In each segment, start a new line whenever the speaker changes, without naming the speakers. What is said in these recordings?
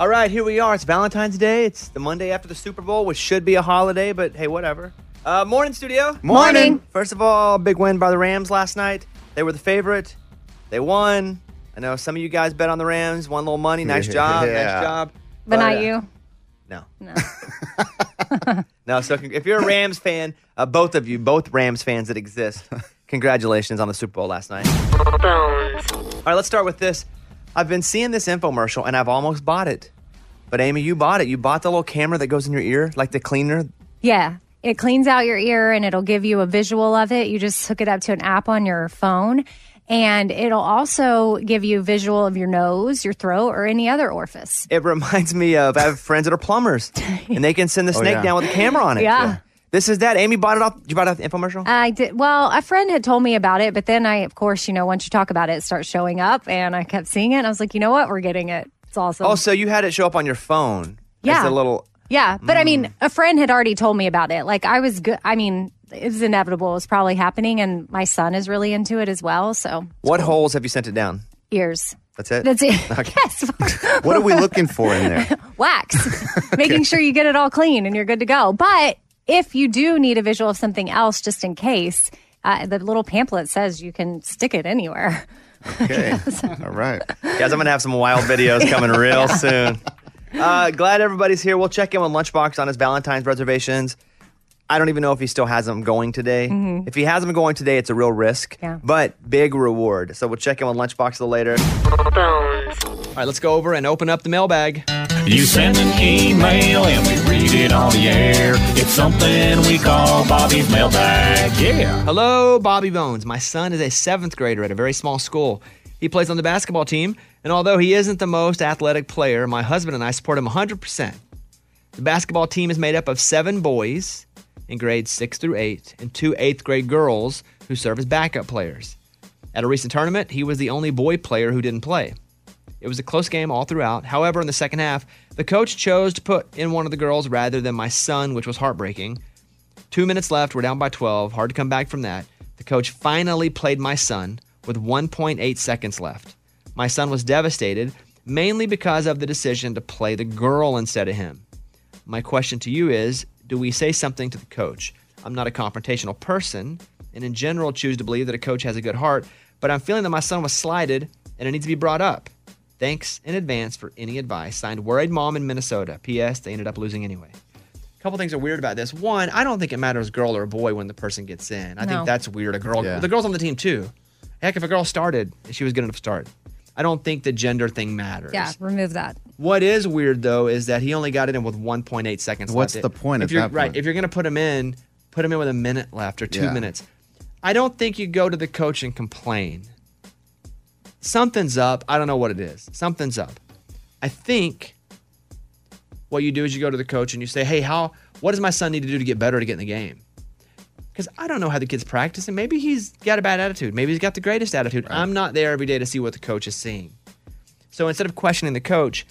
All right, here we are. It's Valentine's Day. It's the Monday after the Super Bowl, which should be a holiday, but hey, whatever. Uh, morning, studio.
Morning.
First of all, big win by the Rams last night. They were the favorite. They won. I know some of you guys bet on the Rams, won a little money. Nice job.
Yeah.
Nice job.
But
uh,
not you.
No.
No.
No, so con- if you're a Rams fan, uh, both of you, both Rams fans that exist, congratulations on the Super Bowl last night. All right, let's start with this. I've been seeing this infomercial and I've almost bought it. But Amy, you bought it. You bought the little camera that goes in your ear, like the cleaner.
Yeah. It cleans out your ear and it'll give you a visual of it. You just hook it up to an app on your phone and it'll also give you a visual of your nose, your throat, or any other orifice.
It reminds me of I have friends that are plumbers and they can send the snake
yeah.
down with a camera on it.
Yeah. Yeah.
This is that. Amy bought it off. You bought it off the infomercial?
I did well, a friend had told me about it, but then I of course, you know, once you talk about it, it starts showing up and I kept seeing it and I was like, you know what? We're getting it. It's awesome.
oh, so you had it show up on your phone.
Yeah.
It's a little.
Yeah, but I
Mm.
mean, a friend had already told me about it. Like I was good. I mean, it was inevitable. It was probably happening, and my son is really into it as well. So
What holes have you sent it down?
ears.
That's it?
That's it. yes.
What are we looking for in there?
Wax. Making sure you get it all clean and you're good to go. But if you do need a visual of something else, just in case, uh, the little pamphlet says you can stick it anywhere.
Okay. All right.
Guys, I'm gonna have some wild videos coming real soon. Uh, glad everybody's here. We'll check in with Lunchbox on his Valentine's reservations. I don't even know if he still has them going today.
Mm-hmm.
If he has them going today, it's a real risk,
Yeah.
but big reward. So we'll check in with Lunchbox a little later. All right, let's go over and open up the mailbag.
You send an email and we read it on the air. It's something we call Bobby's mailbag. Yeah.
Hello, Bobby Bones. My son is a seventh grader at a very small school. He plays on the basketball team, and although he isn't the most athletic player, my husband and I support him 100%. The basketball team is made up of seven boys in grades six through eight and two eighth grade girls who serve as backup players. At a recent tournament, he was the only boy player who didn't play. It was a close game all throughout. However, in the second half, the coach chose to put in one of the girls rather than my son, which was heartbreaking. Two minutes left. We're down by 12. Hard to come back from that. The coach finally played my son with 1.8 seconds left. My son was devastated, mainly because of the decision to play the girl instead of him. My question to you is Do we say something to the coach? I'm not a confrontational person, and in general, choose to believe that a coach has a good heart, but I'm feeling that my son was slighted and it needs to be brought up. Thanks in advance for any advice. Signed Worried Mom in Minnesota. P.S. They ended up losing anyway couple things are weird about this. One, I don't think it matters girl or boy when the person gets in. I think
No.
that's weird. A girl,
Yeah.
the girls on the team too. Heck, if a girl started, she was good enough to start. I don't think the gender thing matters.
Yeah, remove that.
What is weird though is that he only got it in with 1.8 seconds.
What's
left.
the point
If
at
you're
that
right,
point?
if you're gonna put him in, put him in with a minute left or two
Yeah.
minutes. I don't think you go to the coach and complain. Something's up. I don't know what it is. Something's up. I think what you do is you go to the coach and you say, "Hey, how? What does my son need to do to get better to get in the game?" Because I don't know how the kid's practicing. Maybe he's got a bad attitude. Maybe he's got the greatest attitude. I'm not there every day to see what the coach is seeing. So instead of questioning the coach,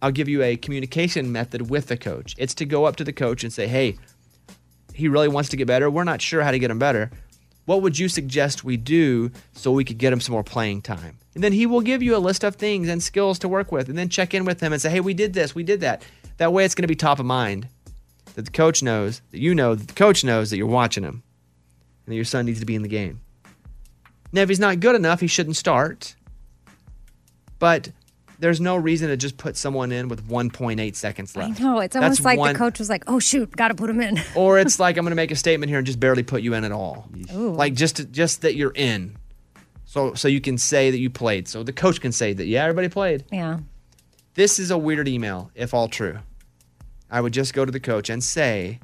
I'll give you a communication method with the coach. It's to go up to the coach and say, "Hey, he really wants to get better. We're not sure how to get him better. What would you suggest we do so we could get him some more playing time? And then he will give you a list of things and skills to work with, and then check in with him and say, hey, we did this, we did that. That way it's going to be top of mind that the coach knows, that you know, that the coach knows that you're watching him and that your son needs to be in the game. Now, if he's not good enough, he shouldn't start. But there's no reason to just put someone in with 1.8 seconds
I
left.
know. It's
That's
almost like
one-
the coach was like, "Oh shoot, got to put him in."
or it's like I'm going to make a statement here and just barely put you in at all. Like just to, just that you're in. So so you can say that you played. So the coach can say that yeah, everybody played.
yeah.
This is a weird email if all true. I would just go to the coach and say,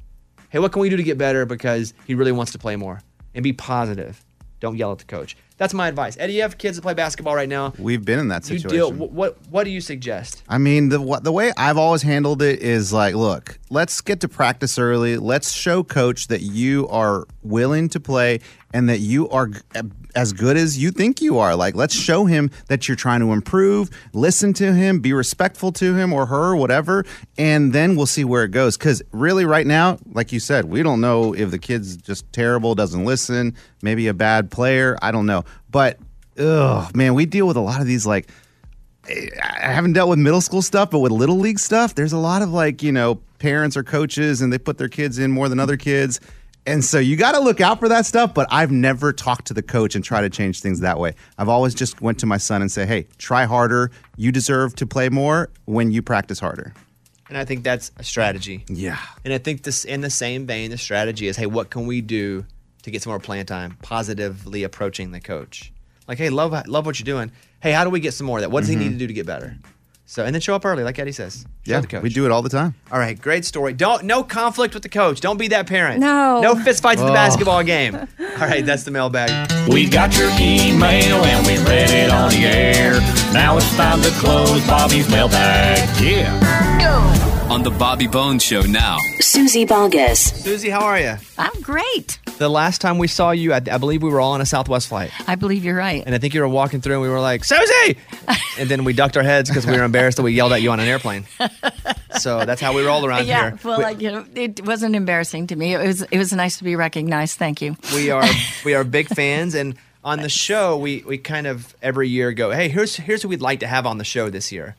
"Hey, what can we do to get better because he really wants to play more?" And be positive. Don't yell at the coach. That's my advice. Eddie, you have kids that play basketball right now.
We've been in that
You
situation.
deal wh- what what do you suggest?
I mean, the wh- the way I've always handled it is like, look, let's get to practice early. Let's show coach that you are willing to play and that you are g- as good as you think you are. Like, let's show him that you're trying to improve. Listen to him, be respectful to him or her, whatever, and then we'll see where it goes. Because really, right now, like you said, we don't know if the kid's just terrible, doesn't listen, maybe a bad player. I don't know, but. Ugh, man, we deal with a lot of these like I haven't dealt with middle school stuff, but with little league stuff, there's a lot of like, you know, parents or coaches and they put their kids in more than other kids. And so you got to look out for that stuff, but I've never talked to the coach and try to change things that way. I've always just went to my son and say, "Hey, try harder. You deserve to play more when you practice harder."
And I think that's a strategy.
Yeah.
And I think this in the same vein, the strategy is, hey, what can we do to get some more playing time? Positively approaching the coach, like, hey, love love what you're doing. Hey, how do we get some more of that? What does he need to do to get better? So, and then show up early, like Eddie says. Show
Mm-hmm. Yeah,
the coach.
we do it all the time.
All right, great story. Don't no conflict with the coach. Don't be that parent.
No.
no fist fights at the basketball game. All right, that's the mailbag.
We got your email and we read it on the air. Now it's time to close Bobby's mailbag. Yeah.
on the Bobby Bones Show now.
Susie Bogus.
Susie, how are you?
I'm Oh, great.
The last time we saw you, I, I believe we were all on a Southwest flight,
I believe you're right.
and I think you were walking through, and we were like, Susie, and then we ducked our heads because we were embarrassed that we yelled at you on an airplane. So that's how we roll around
yeah,
here.
well,
we,
I, you know, it wasn't embarrassing to me. It was it was nice to be recognized. Thank you.
we are we are big fans, and on the show, we we kind of every year go, hey, here's here's who we'd like to have on the show this year,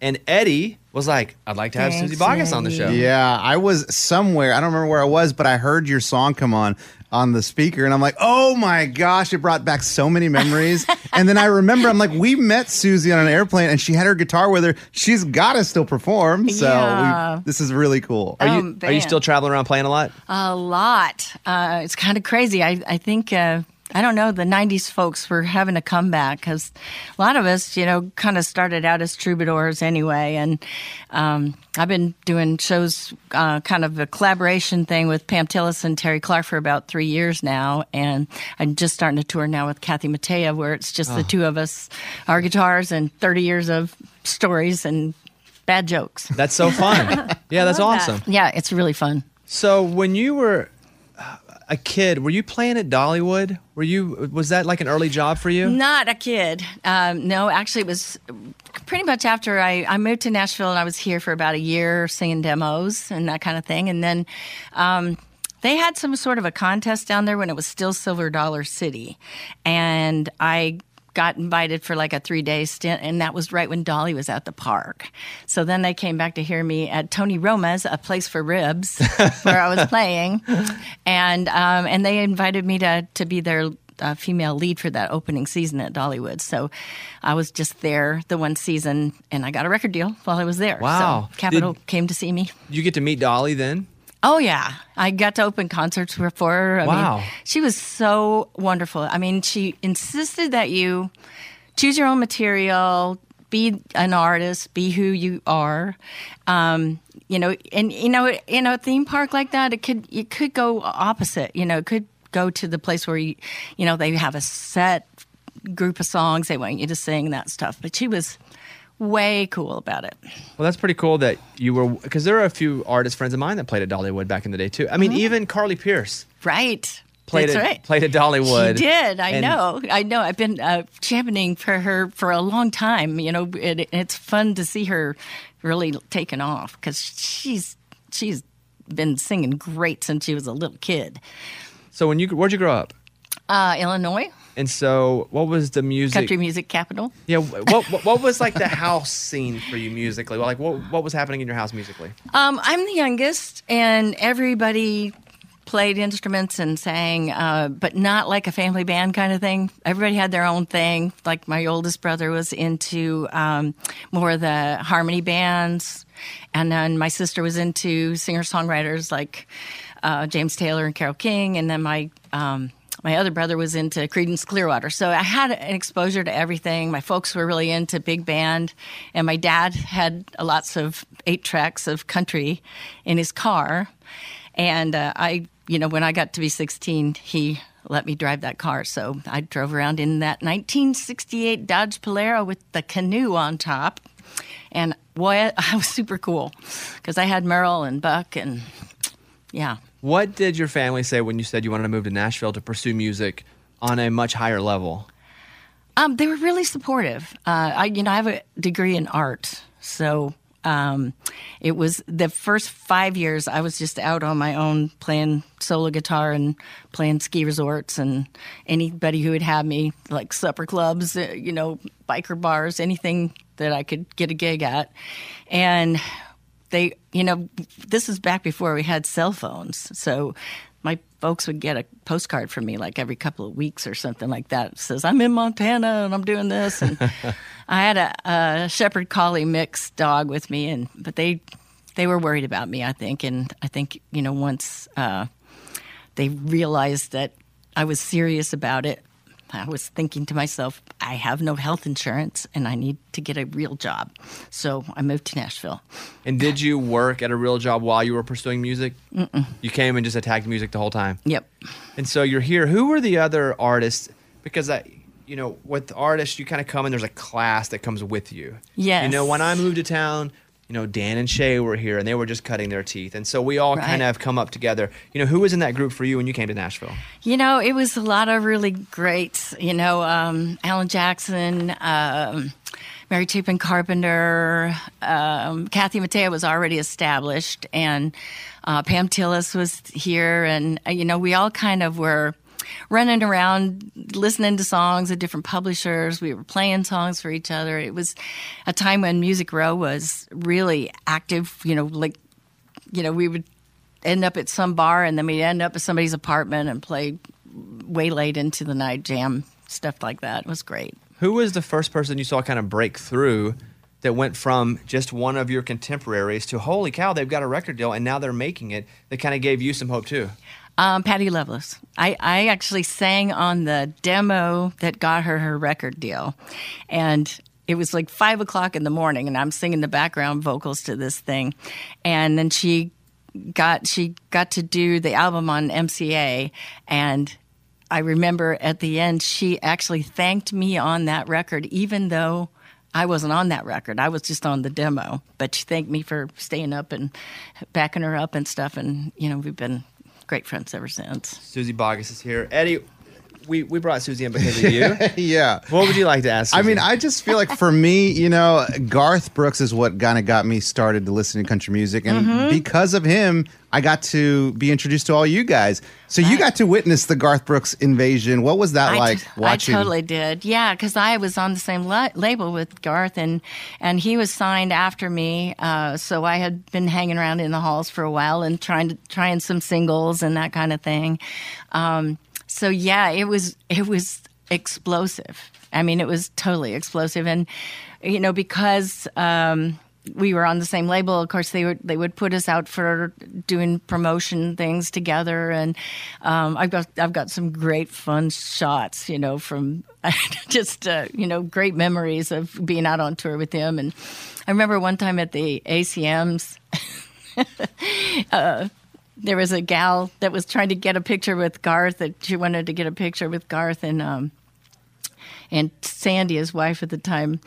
and Eddie was like, I'd like to have
Thanks,
Susie Bogus on the show.
Yeah, I was somewhere. I don't remember where I was, but I heard your song come on on the speaker, and I'm like, oh my gosh, it brought back so many memories. and then I remember, I'm like, we met Susie on an airplane, and she had her guitar with her. She's got to still perform. So
Yeah.
we, this is really cool.
Are you
Um,
are you still
man.
traveling around playing a lot?
A lot. Uh, it's kind of crazy. I I think. Uh, I don't know. The '90s folks were having a comeback because a lot of us, you know, kind of started out as troubadours anyway. And um, I've been doing shows, uh, kind of a collaboration thing with Pam Tillis and Terry Clark for about three years now. And I'm just starting to tour now with Kathy Mattea, where it's just
Ah.
the two of us, our guitars, and 30 years of stories and bad jokes.
That's so fun. yeah, that's awesome.
Yeah, it's really fun.
So when you were uh, a kid, were you playing at Dollywood? Were you was that like an early job for you?
Not a kid. Um, no, actually, it was pretty much after I, I moved to Nashville and I was here for about a year singing demos and that kind of thing. And then um, they had some sort of a contest down there when it was still Silver Dollar City. And I got invited for like a three day stint, and that was right when Dolly was at the park. So then they came back to hear me at Tony Roma's, a place for ribs, where I was playing, and um, and they invited me to to be their. Uh, female lead for that opening season at Dollywood. So I was just there the one season and I got a record deal while I was there.
Wow.
So Capitol
Did-
came to see me.
You get to meet Dolly then.
Oh yeah, I got to open concerts for for her. I
Wow.
mean, she was so wonderful. I mean, she insisted that you choose your own material, be an artist, be who you are. Um, you know, and you know, in a theme park like that, it could it could go opposite. You know, it could go to the place where you, you know, they have a set group of songs they want you to sing that stuff. But she was way cool about it.
Well, that's pretty cool that you were because there are a few artist friends of mine that played at Dollywood back in the day too. I mean, even Carly Pierce
Mm-hmm. Right.
played
That's
at
right.
played at Dollywood.
She did. I
And-
know. I know. I've been uh, championing for her for a long time. You know, and it's fun to see her really taken off because she's she's been singing great since she was a little kid.
So when you where'd you grow up?
Uh, Illinois,
And so what was the music?
country music capital.
Yeah. wh- What, what what was like the house scene for you musically? Like what what was happening in your house musically?
Um, I'm the youngest, and everybody played instruments and sang, uh, but not like a family band kind of thing. Everybody had their own thing. Like my oldest brother was into um, more of the harmony bands, and then my sister was into singer songwriters like uh, James Taylor and Carol King, and then my um, my other brother was into Creedence Clearwater. So I had an exposure to everything. My folks were really into big band, and my dad had lots of eight tracks of country in his car. And uh, I, you know, when I got to be 16, he let me drive that car. So I drove around in that 1968 Dodge Polaro with the canoe on top. And boy, I was super cool because I had Merle and Buck and yeah.
What did your family say when you said you wanted to move to Nashville to pursue music on a much higher level?
Um, they were really supportive. Uh, I, you know, I have a degree in art, so Um, it was the first five years I was just out on my own playing solo guitar and playing ski resorts and anybody who would have me, like supper clubs, uh, you know, biker bars, anything that I could get a gig at. And they, you know, this is back before we had cell phones. So my folks would get a postcard from me like every couple of weeks or something like that. It says, I'm in Montana and I'm doing this. And I had a, a Shepherd Collie mix dog with me, and but they, they were worried about me, I think. And I think, you know, once uh, they realized that I was serious about it, I was thinking to myself, I have no health insurance and I need to get a real job. So I moved to Nashville.
And did you work at a real job while you were pursuing music? Mm-mm. You came and just attacked music the whole time.
Yep.
And so you're here. Who were the other artists? Because I, you know, with artists, you kind of come and there's a class that comes with you.
Yes.
You know, when I moved to town, you know, Dan and Shay were here and they were just cutting their teeth. And so we all
Right.
kind of have come up together. You know, who was in that group for you when you came to Nashville?
You know, it was a lot of really greats. You know, um, Alan Jackson, um, Mary Chapin Carpenter, um, Kathy Mattea was already established, and uh, Pam Tillis was here. And, uh, you know, we all kind of were running around listening to songs at different publishers. We were playing songs for each other. It was a time when Music Row was really active, you know, like you know, we would end up at some bar and then we'd end up at somebody's apartment and play way late into the night jam, stuff like that. It was great.
Who was the first person you saw kind of break through that went from just one of your contemporaries to holy cow, they've got a record deal and now they're making it? That kind of gave you some hope too.
Um, Patty Loveless. I, I actually sang on the demo that got her her record deal. And it was like five o'clock in the morning, and I'm singing the background vocals to this thing. And then she got she got to do the album on MCA and I remember at the end she actually thanked me on that record even though I wasn't on that record. I was just on the demo, but she thanked me for staying up and backing her up and stuff and you know we've been great friends ever since.
Susie Boggess is here. Eddie, we, we brought Susie in because of you.
yeah.
what would you like to ask?
I
Susie?
mean, I just feel like for me, you know, Garth Brooks is what kind of got me started to listen to country music. And
Mm-hmm.
because of him, I got to be introduced to all you guys. So you got to witness the Garth Brooks invasion. What was that
I
like
t-
watching?
I totally did. Yeah, because I was on the same la- label with Garth, and and he was signed after me. Uh, so I had been hanging around in the halls for a while and trying to trying some singles and that kind of thing. Um, so yeah, it was it was explosive. I mean, it was totally explosive, and you know because. Um, we were on the same label. Of course, they would they would put us out for doing promotion things together, and um, I've got I've got some great fun shots, you know, from just uh, you know great memories of being out on tour with them. And I remember one time at the ACMs, uh, there was a gal that was trying to get a picture with Garth. That she wanted to get a picture with Garth and um, and Sandy, his wife at the time,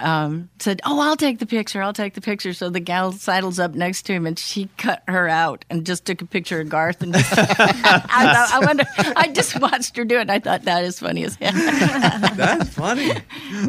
um, said, "Oh, I'll take the picture. I'll take the picture." So the gal sidles up next to him, and she cut her out and just took a picture of Garth. And just, I, thought, I wonder. I just watched her do it. and I thought that is funny as hell.
that's funny.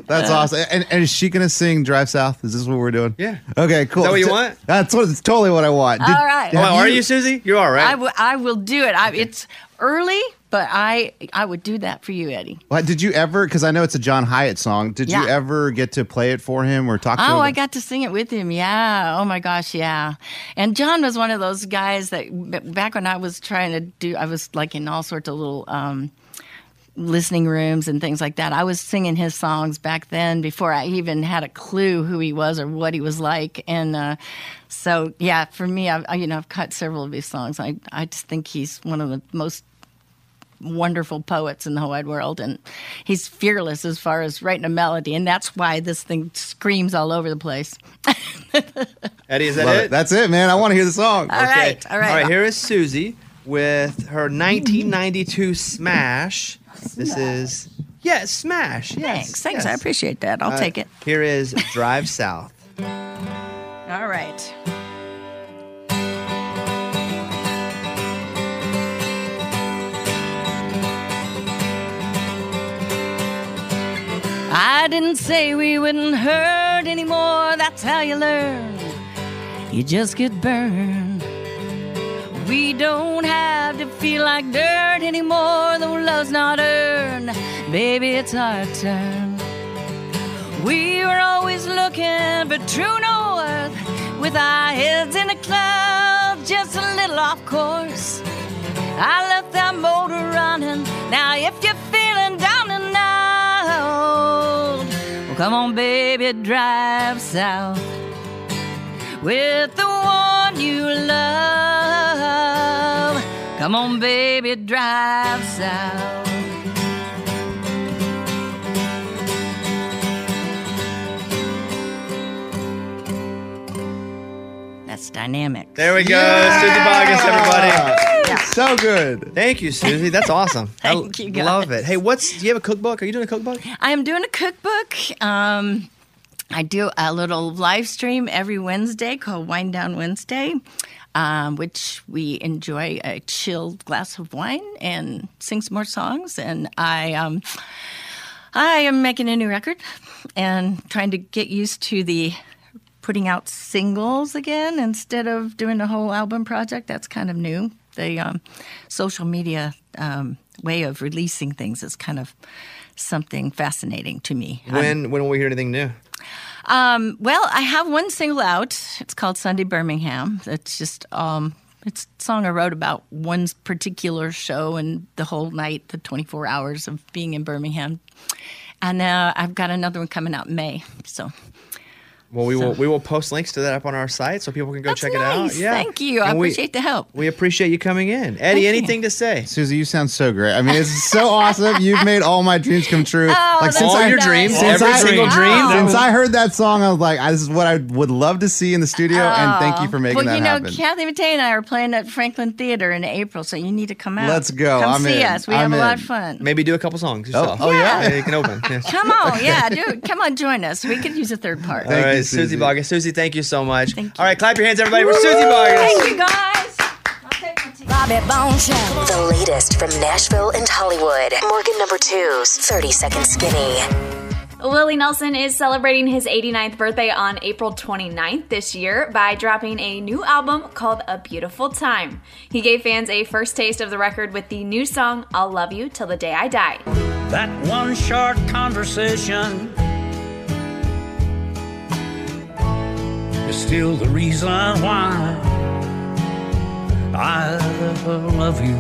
That's awesome. And, and is she going to sing Drive South? Is this what we're doing?
Yeah.
Okay, cool.
Is that what you
T-
want?
That's what, it's totally what I want.
All right.
Oh,
have
are you Susie? You're all
I
right.
will- I will do it. I, It's early, but I I would do that for you, Eddie.
What, did you ever? Because I know it's a John Hyatt song. Did you
Yeah.
ever get to play it for him or talk to him?
Oh, I got to sing it with him. Yeah. Oh my gosh. Yeah. And John was one of those guys that b- back when I was trying to do, I was like in all sorts of little um, listening rooms and things like that. I was singing his songs back then before I even had a clue who he was or what he was like. And uh, so, yeah, for me, I've I- you know I've cut several of his songs. I I just think he's one of the most wonderful poets in the whole wide world and he's fearless as far as writing a melody and that's why this thing screams all over the place
Eddie, is that
Love
it?
it. That's it, man. I want to hear the song.
All right, all right.
All right, here is Susie with her 1992 smash. This is, yeah, smash. Yes,
Thanks, thanks. I
yes.
appreciate that. I'll
Uh,
take it.
Here is Drive South.
All right. I didn't say we wouldn't hurt anymore. That's That's how you learn. You just get burned. We don't have to feel like dirt anymore, though love's not earned. Baby, it's our turn. We were always looking but true north, with our heads in the clouds, just a little off course. I left that motor running. Now, if you're feeling down and out, well, come on, baby, drive south with the one you love. Come on, baby, drive south. That's dynamic.
There we go. Susie Boggins, everybody.
So good.
Thank you, Susie. That's awesome.
Thank
I
you, guys.
love it. Hey, what's do you have a cookbook? Are you doing a cookbook?
I am doing a cookbook. Um, I do a little live stream every Wednesday called Wine Down Wednesday, um, which we enjoy a chilled glass of wine and sing some more songs. And I, um, I am making a new record and trying to get used to the putting out singles again instead of doing a whole album project. That's kind of new. The um, social media um, way of releasing things is kind of something fascinating to me.
When when will we hear anything new?
Um, well, I have one single out. It's called Sunday Birmingham. It's just um, it's a song I wrote about one particular show and the whole night, the 24 hours of being in Birmingham. And uh, I've got another one coming out in May. So
Well, we will we will post links to that up on our site so people can go
That's
check
nice.
it out. Yeah.
Thank you. I
And we-
appreciate the help.
We appreciate you coming in. Eddie,
Thank you.
anything to say?
Susie, you sound so great. I mean, it's so awesome. You've made all my dreams come true. like
Oh, that's
since
All
I
your
nice.
dreams,
since
every
I-
single
Wow.
dream. that
Since
was-
I heard that song, I was like, "This is what I would love to see in the studio." and thank you for making
Oh. Um, well,
that
you know,
happen.
Kathy Matei and I are playing at Franklin Theater in April, so you need to come out.
Let's go.
Come
I'm
see
in.
us. We
I'm
have a lot
in.
of fun.
maybe do a couple songs. yourself.
oh, yeah.
you can open. Yeah.
Come on, yeah, dude. Come on, join us. We could use a third part.
All
Thank
right,
you,
Susie.
Susie.
Boggins. Susie, thank you so much.
Thank
All right, clap your hands, everybody, for Susie Boggins.
Thank you guys. I'll take my tea.
Bobby Bone Show.
The latest from Nashville and Hollywood. Morgan number two's 30 Second Skinny.
Willie Nelson is celebrating his 89th birthday on April 29th this year by dropping a new album called A Beautiful Time. He gave fans a first taste of the record with the new song I'll Love You Till the Day I Die.
That one short conversation is still the reason why I love you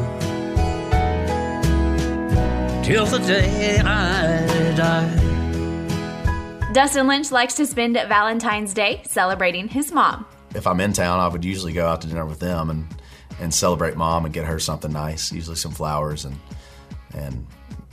till the day I die.
Dustin Lynch likes to spend Valentine's Day celebrating his mom.
If I'm in town, I would usually go out to dinner with them and, and celebrate mom and get her something nice, usually some flowers and and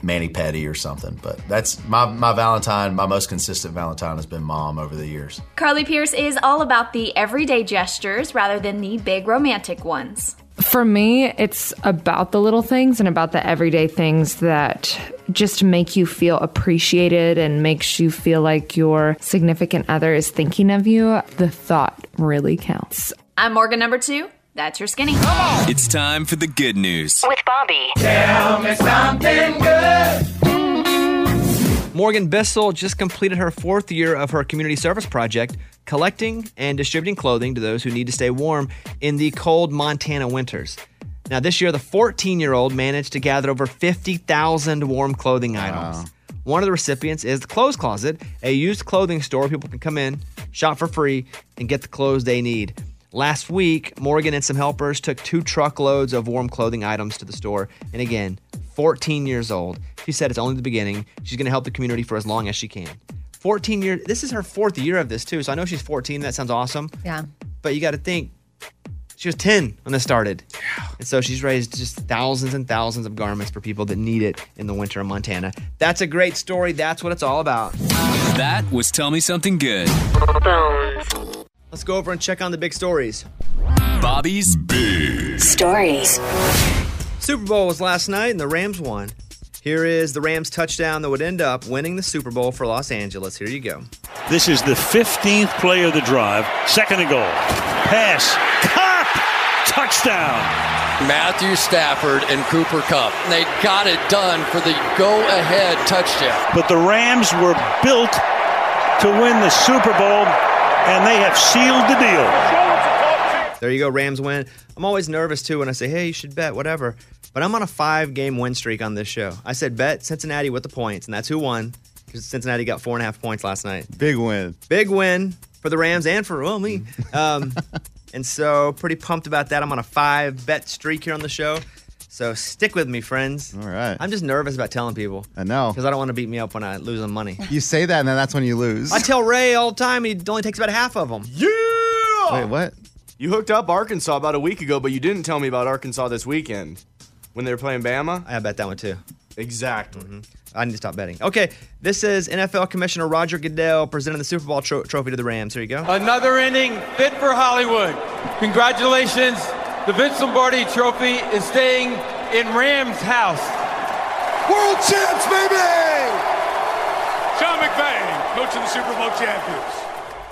mani pedi or something. But that's my, my Valentine, my most consistent Valentine has been mom over the years.
Carly Pierce is all about the everyday gestures rather than the big romantic ones.
For me, it's about the little things and about the everyday things that just make you feel appreciated and makes you feel like your significant other is thinking of you. The thought really counts.
I'm Morgan number two. That's your skinny.
It's time for the good news.
With Bobby.
Morgan Bissell just completed her fourth year of her community service project, collecting and distributing clothing to those who need to stay warm in the cold Montana winters. Now, this year, the 14 year old managed to gather over 50,000 warm clothing items. One of the recipients is the Clothes Closet, a used clothing store where people can come in, shop for free, and get the clothes they need. Last week, Morgan and some helpers took two truckloads of warm clothing items to the store. And again, 14 years old. She said it's only the beginning. She's going to help the community for as long as she can. 14 years. This is her fourth year of this, too. So I know she's 14. That sounds awesome.
Yeah.
But you got to think, she was 10 when this started. And so she's raised just thousands and thousands of garments for people that need it in the winter in Montana. That's a great story. That's what it's all about.
That was Tell Me Something Good.
Bones.
Let's go over and check on the big stories.
Bobby's
Stories.
Super Bowl was last night and the Rams won. Here is the Rams touchdown that would end up winning the Super Bowl for Los Angeles. Here you go.
This is the 15th play of the drive. Second and goal. Pass. Cup. Touchdown.
Matthew Stafford and Cooper Cup. They got it done for the go ahead touchdown.
But the Rams were built to win the Super Bowl,
and they have sealed the deal.
There you go, Rams win. I'm always nervous too when I say, hey, you should bet, whatever. But I'm on a five game win streak on this show. I said, bet Cincinnati with the points, and that's who won because Cincinnati got four and a half points last night.
Big win.
Big win for the Rams and for well, me. Um, and so, pretty pumped about that. I'm on a five bet streak here on the show. So, stick with me, friends. All right. I'm just nervous about telling people
I know.
because I don't want to beat me up when I lose them money.
You say that, and then that's when you lose.
I tell Ray all the time, he only takes about half of them. Yeah!
Wait, what?
You hooked up Arkansas about a week ago, but you didn't tell me about Arkansas this weekend when they were playing Bama.
I bet that one too. Mm-hmm.
Exactly.
I need to stop betting. Okay, this is NFL Commissioner Roger Goodell presenting the Super Bowl tro- trophy to the Rams. Here you go.
Another inning fit for Hollywood. Congratulations. The Vince Lombardi Trophy is staying in Rams' house. World champs, baby!
Sean McVay, coach of the Super Bowl champions.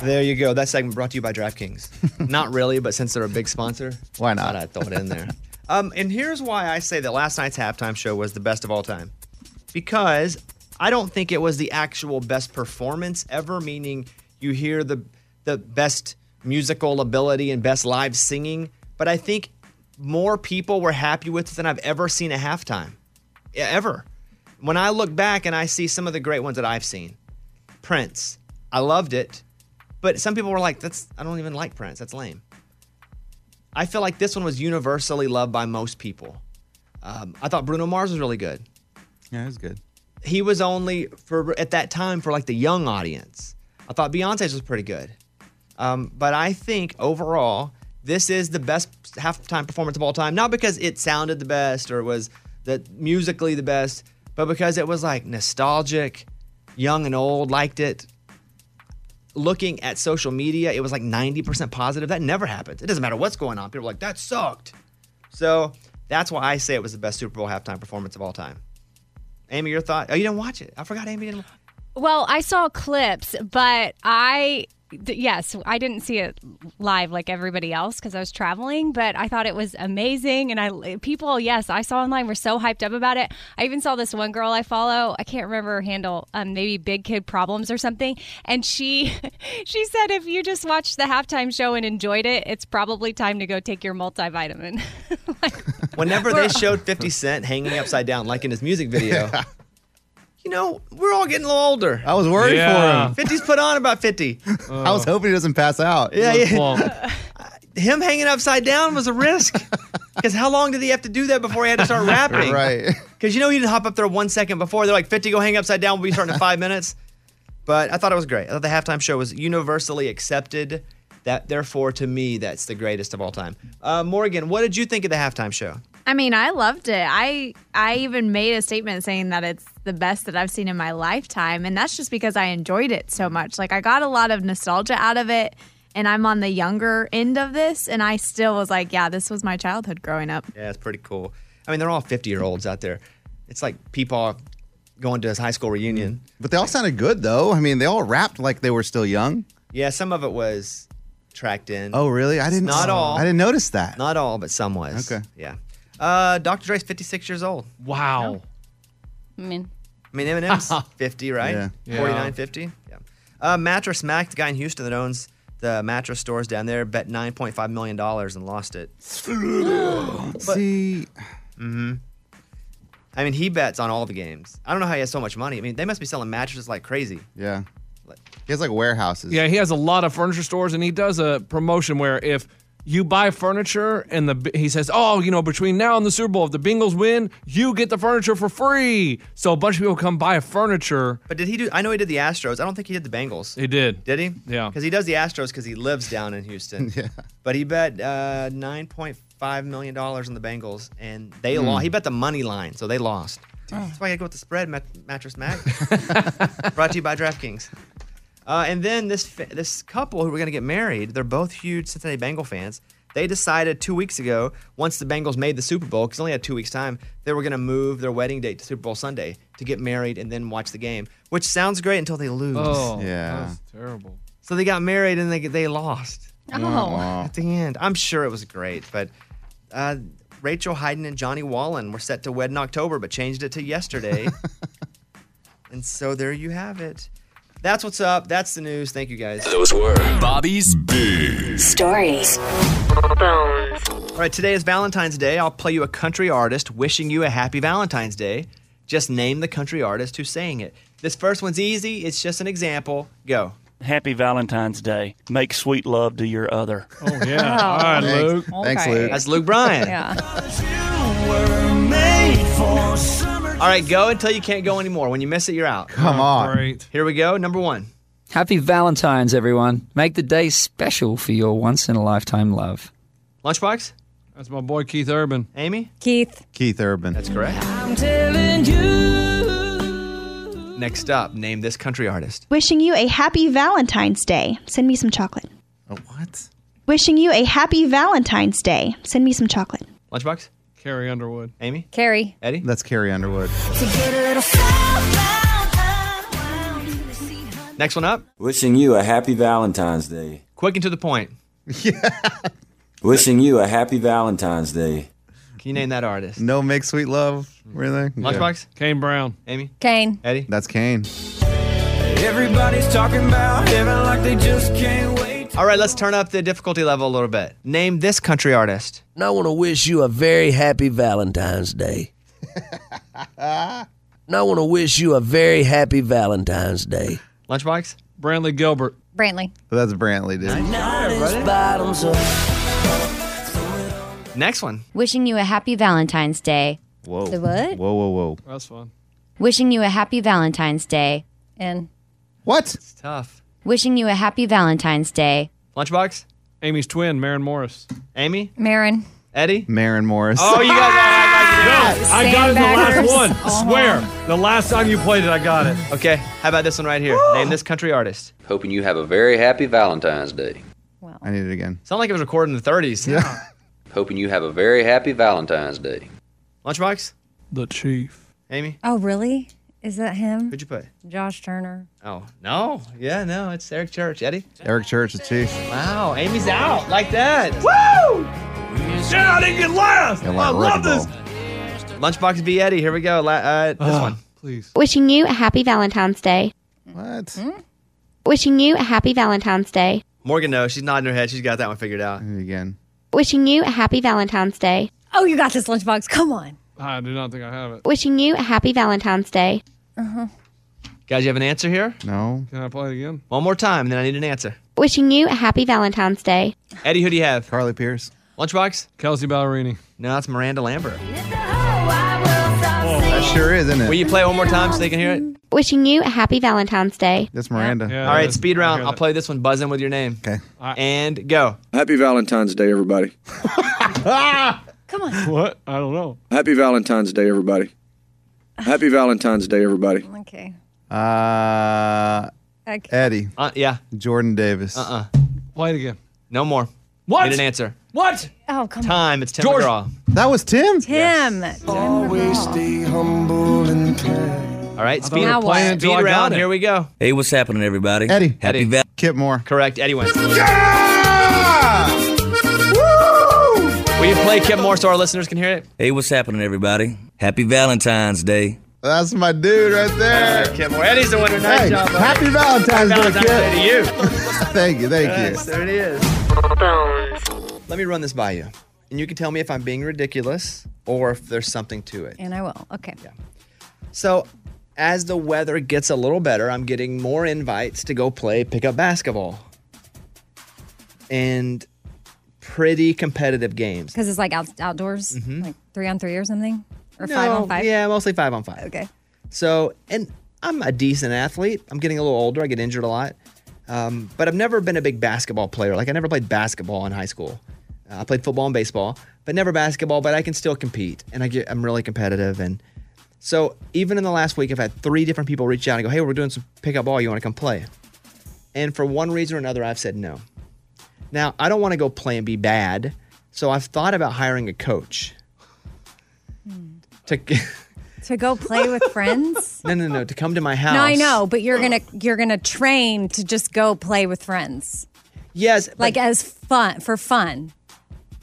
There you go. That segment brought to you by DraftKings. Not really, but since they're a big sponsor,
why not?
I throw it in there. Um, and here's why I say that last night's halftime show was the best of all time. Because I don't think it was the actual best performance ever, meaning you hear the the best musical ability and best live singing, but I think more people were happy with it than I've ever seen at halftime. Yeah, Ever. When I look back and I see some of the great ones that I've seen. Prince. I loved it. But some people were like, that's I don't even like Prince. That's lame. I feel like this one was universally loved by most people. Um, I thought Bruno Mars was really good.
Yeah, it was good.
He was only for at that time for like the young audience. I thought Beyonce's was pretty good, um, but I think overall this is the best halftime performance of all time. Not because it sounded the best or was the musically the best, but because it was like nostalgic, young and old liked it looking at social media, it was like 90% positive. That never happens. It doesn't matter what's going on. People are like, that sucked. So that's why I say it was the best Super Bowl halftime performance of all time. Amy, your thought? Oh, you didn't watch it. I forgot Amy didn't.
Well, I saw clips, but I th- yes, I didn't see it live like everybody else because I was traveling. But I thought it was amazing, and I people yes I saw online were so hyped up about it. I even saw this one girl I follow. I can't remember her handle, um, maybe Big Kid Problems or something, and she she said if you just watched the halftime show and enjoyed it, it's probably time to go take your multivitamin.
Whenever they showed 50 Cent hanging upside down, like in his music video, you know, we're all getting a little older.
I was worried for him.
50's put on about 50.
I was hoping he doesn't pass out.
Yeah, yeah. Him hanging upside down was a risk. Because how long did he have to do that before he had to start rapping?
Right.
Because you know he didn't hop up there one second before. They're like, 50, go hang upside down. We'll be starting in five minutes. But I thought it was great. I thought the halftime show was universally accepted. That therefore, to me, that's the greatest of all time. Uh, Morgan, what did you think of the halftime show?
I mean, I loved it. I I even made a statement saying that it's the best that I've seen in my lifetime, and that's just because I enjoyed it so much. Like I got a lot of nostalgia out of it, and I'm on the younger end of this, and I still was like, yeah, this was my childhood growing up.
Yeah, it's pretty cool. I mean, they're all 50 year olds out there. It's like people going to his high school reunion.
But they all sounded good though. I mean, they all rapped like they were still young.
Yeah, some of it was tracked in.
Oh, really? I didn't.
Not all.
I didn't notice that.
Not all, but some was.
Okay.
Yeah. Uh, Dr. Dre's 56 years old. Wow.
I mean,
I mean, Eminem's 50, right?
Yeah. Yeah.
49, 50. Yeah. Uh, Mattress Mac, the guy in Houston that owns the mattress stores down there, bet $9.5 million and lost it.
See,
hmm I mean, he bets on all the games. I don't know how he has so much money. I mean, they must be selling mattresses like crazy.
yeah, he has like warehouses.
Yeah, he has a lot of furniture stores, and he does a promotion where if you buy furniture and the he says, oh, you know, between now and the Super Bowl, if the Bengals win, you get the furniture for free. So a bunch of people come buy furniture.
But did he do? I know he did the Astros. I don't think he did the Bengals.
He did.
Did he?
Yeah.
Because he does the Astros because he lives down in Houston.
yeah.
But he bet uh, nine point five million dollars on the Bengals, and they
Hmm.
lost. He bet the money line, so they lost. That's why I gotta go with the spread, mat- mattress Mac. Brought to you by DraftKings. Uh, and then this fa- this couple who were gonna get married, they're both huge Cincinnati Bengal fans. They decided two weeks ago, once the Bengals made the Super Bowl, because only had two weeks time, they were gonna move their wedding date to Super Bowl Sunday to get married and then watch the game, which sounds great until they lose.
Oh, That's terrible.
So they got married and they they lost.
Oh. Wow.
At the end, I'm sure it was great, but uh, Rachel Hyden and Johnny Wallen were set to wed in October, but changed it to yesterday. and so there you have it. That's what's up. That's the news. Thank you guys.
Those were Bobby's Big
Stories.
All right, today is Valentine's Day. I'll play you a country artist wishing you a happy Valentine's Day. Just name the country artist who's saying it. This first one's easy. It's just an example. Go.
Happy Valentine's Day. Make sweet love to your other. Oh,
yeah. All right, Thanks. Luke. Thanks, Luke. That's Luke Bryan. All right, go until you can't go anymore. When you miss it, you're out.
Oh,
Come on.
Here we go. Number one.
Happy Valentine's, everyone. Make the day special for your once in a lifetime love.
Lunchbox?
That's my boy Keith Urban.
Amy?
Keith.
Keith Urban.
That's correct. Next up, name this country artist.
Wishing you a happy Valentine's Day. Send me some chocolate.
Oh, what?
Wishing you a happy Valentine's Day. Send me some chocolate.
Lunchbox?
Carrie Underwood.
Amy?
Carrie.
Eddie?
That's Carrie Underwood.
Next one up.
Wishing you a happy Valentine's Day.
Quick and to the point.
Wishing you a happy Valentine's Day.
Can you name that artist?
No make sweet love. Really?
Lunchbox?
Kane Brown.
Amy?
Kane.
Eddie?
That's Kane.
Everybody's talking about heaven like they just can't wait.
All right, let's turn up the difficulty level a little bit. Name this country artist.
And I want to wish you a very happy Valentine's Day. and I want to wish you a very happy Valentine's Day.
Lunchbox?
Brantley Gilbert.
Brantley.
That's Brantley, dude.
Next one.
Wishing you a happy Valentine's Day.
Whoa.
The what?
Whoa, whoa, whoa.
That's fun.
Wishing you a happy Valentine's Day.
And
What?
It's tough.
wishing you a happy Valentine's Day.
Lunchbox?
Amy's twin, Maren Morris.
Amy?
Marin.
Eddie?
Marin Morris.
Oh, you guys
No, I got it the last one. Swear. The last time you played it, I got it.
Okay, how about this one right here? Name this country artist.
Hoping you have a very happy Valentine's Day.
I need it again.
Sound like it was recorded in the 30s. Yeah.
Hoping you have a very happy Valentine's Day.
Lunchbox?
The Chief.
Amy?
Oh, really? Is that him?
Who'd you put?
Josh Turner.
Oh, no. Yeah, no, it's Eric Church. Eddie?
Eric Church, the Chief.
Wow, Amy's out like that.
Woo!
Shit, I didn't get last.
Yeah, like I love this.
Lunchbox v. Eddie. Here we go. La- uh, this one.
Ah, Please.
Wishing you a happy Valentine's Day.
What?
Hmm?
Wishing you a happy Valentine's Day.
Morgan, no, she's nodding her head. She's got that one figured out.
Again.
Wishing you a happy Valentine's Day.
Oh, you got this lunchbox. Come on.
I do not think I have it.
Wishing you a happy Valentine's Day.
Uh-huh.
Guys, you have an answer here?
No.
Can I play it again?
One more time, then I need an answer.
Wishing you a happy Valentine's Day.
Eddie, who do you have?
Carly Pierce.
Lunchbox?
Kelsey Ballerini.
No, that's Miranda Lambert.
Oh, That sure is, isn't it?
Will you play it one more time so they can hear it?
Wishing you a happy Valentine's Day.
That's Miranda.
Yeah,
All right,
that's-
speed round.
I
I'll
got
play this one. Buzz in with your name.
Okay.
And go.
Happy Valentine's Day, everybody.
Come on.
it. What? I don't know.
Happy Valentine's Day, everybody. Happy Valentine's Day, everybody.
Okay.
Uh,
Okay.
Eddie.
Uh, yeah.
Jordan Davis.
Uh-uh.
Play it again.
No more.
What?
Need an answer.
What?
Oh, come on.
Time. It's Tim
George-
McGraw.
That was Tim.
Tim. Always
All right,
I thought we
speed,
were
Now what?
playing until
speed
I got
round.
it.
Here we go.
Hey, what's happening, everybody?
Eddie.
Happy
Eddie.
Val.
Kip Moore.
Correct. Eddie wins. Will you play Kip Moore so our listeners can hear it?
Hey, what's happening, everybody? Happy Valentine's Day.
That's my dude right there.
Kip Moore. Eddie's the winner. Nice
Hey,
job. buddy.
happy Valentine's,
Valentine's Day
Day, Kip.
to you.
Thank you, thank
Yes,
you.
there it is. Let me run this by you, and you can tell me if I'm being ridiculous or if there's something to it.
And I will. Okay.
So, as the weather gets a little better, I'm getting more invites to go play pickup basketball and pretty competitive games.
Because it's like out- outdoors,
Mm-hmm.
like three on three or something, or five on
No,
five.
Yeah, mostly five on five.
Okay.
So, and I'm a decent athlete. I'm getting a little older. I get injured a lot. Um, but I've never been a big basketball player. Like, I never played basketball in high school. Uh, I played football and baseball, but never basketball, but I can still compete. And I get, I'm really competitive. And so, even in the last week, I've had three different people reach out and go, Hey, we're doing some pickup ball. You want to come play? And for one reason or another, I've said no. Now, I don't want to go play and be bad. So, I've thought about hiring a coach to.
To go play with friends.
No, no, no. To come to my house.
No, I know, but you're gonna
Oh.
you're gonna train to just go play with friends,
Yes. but-
like as fun for fun.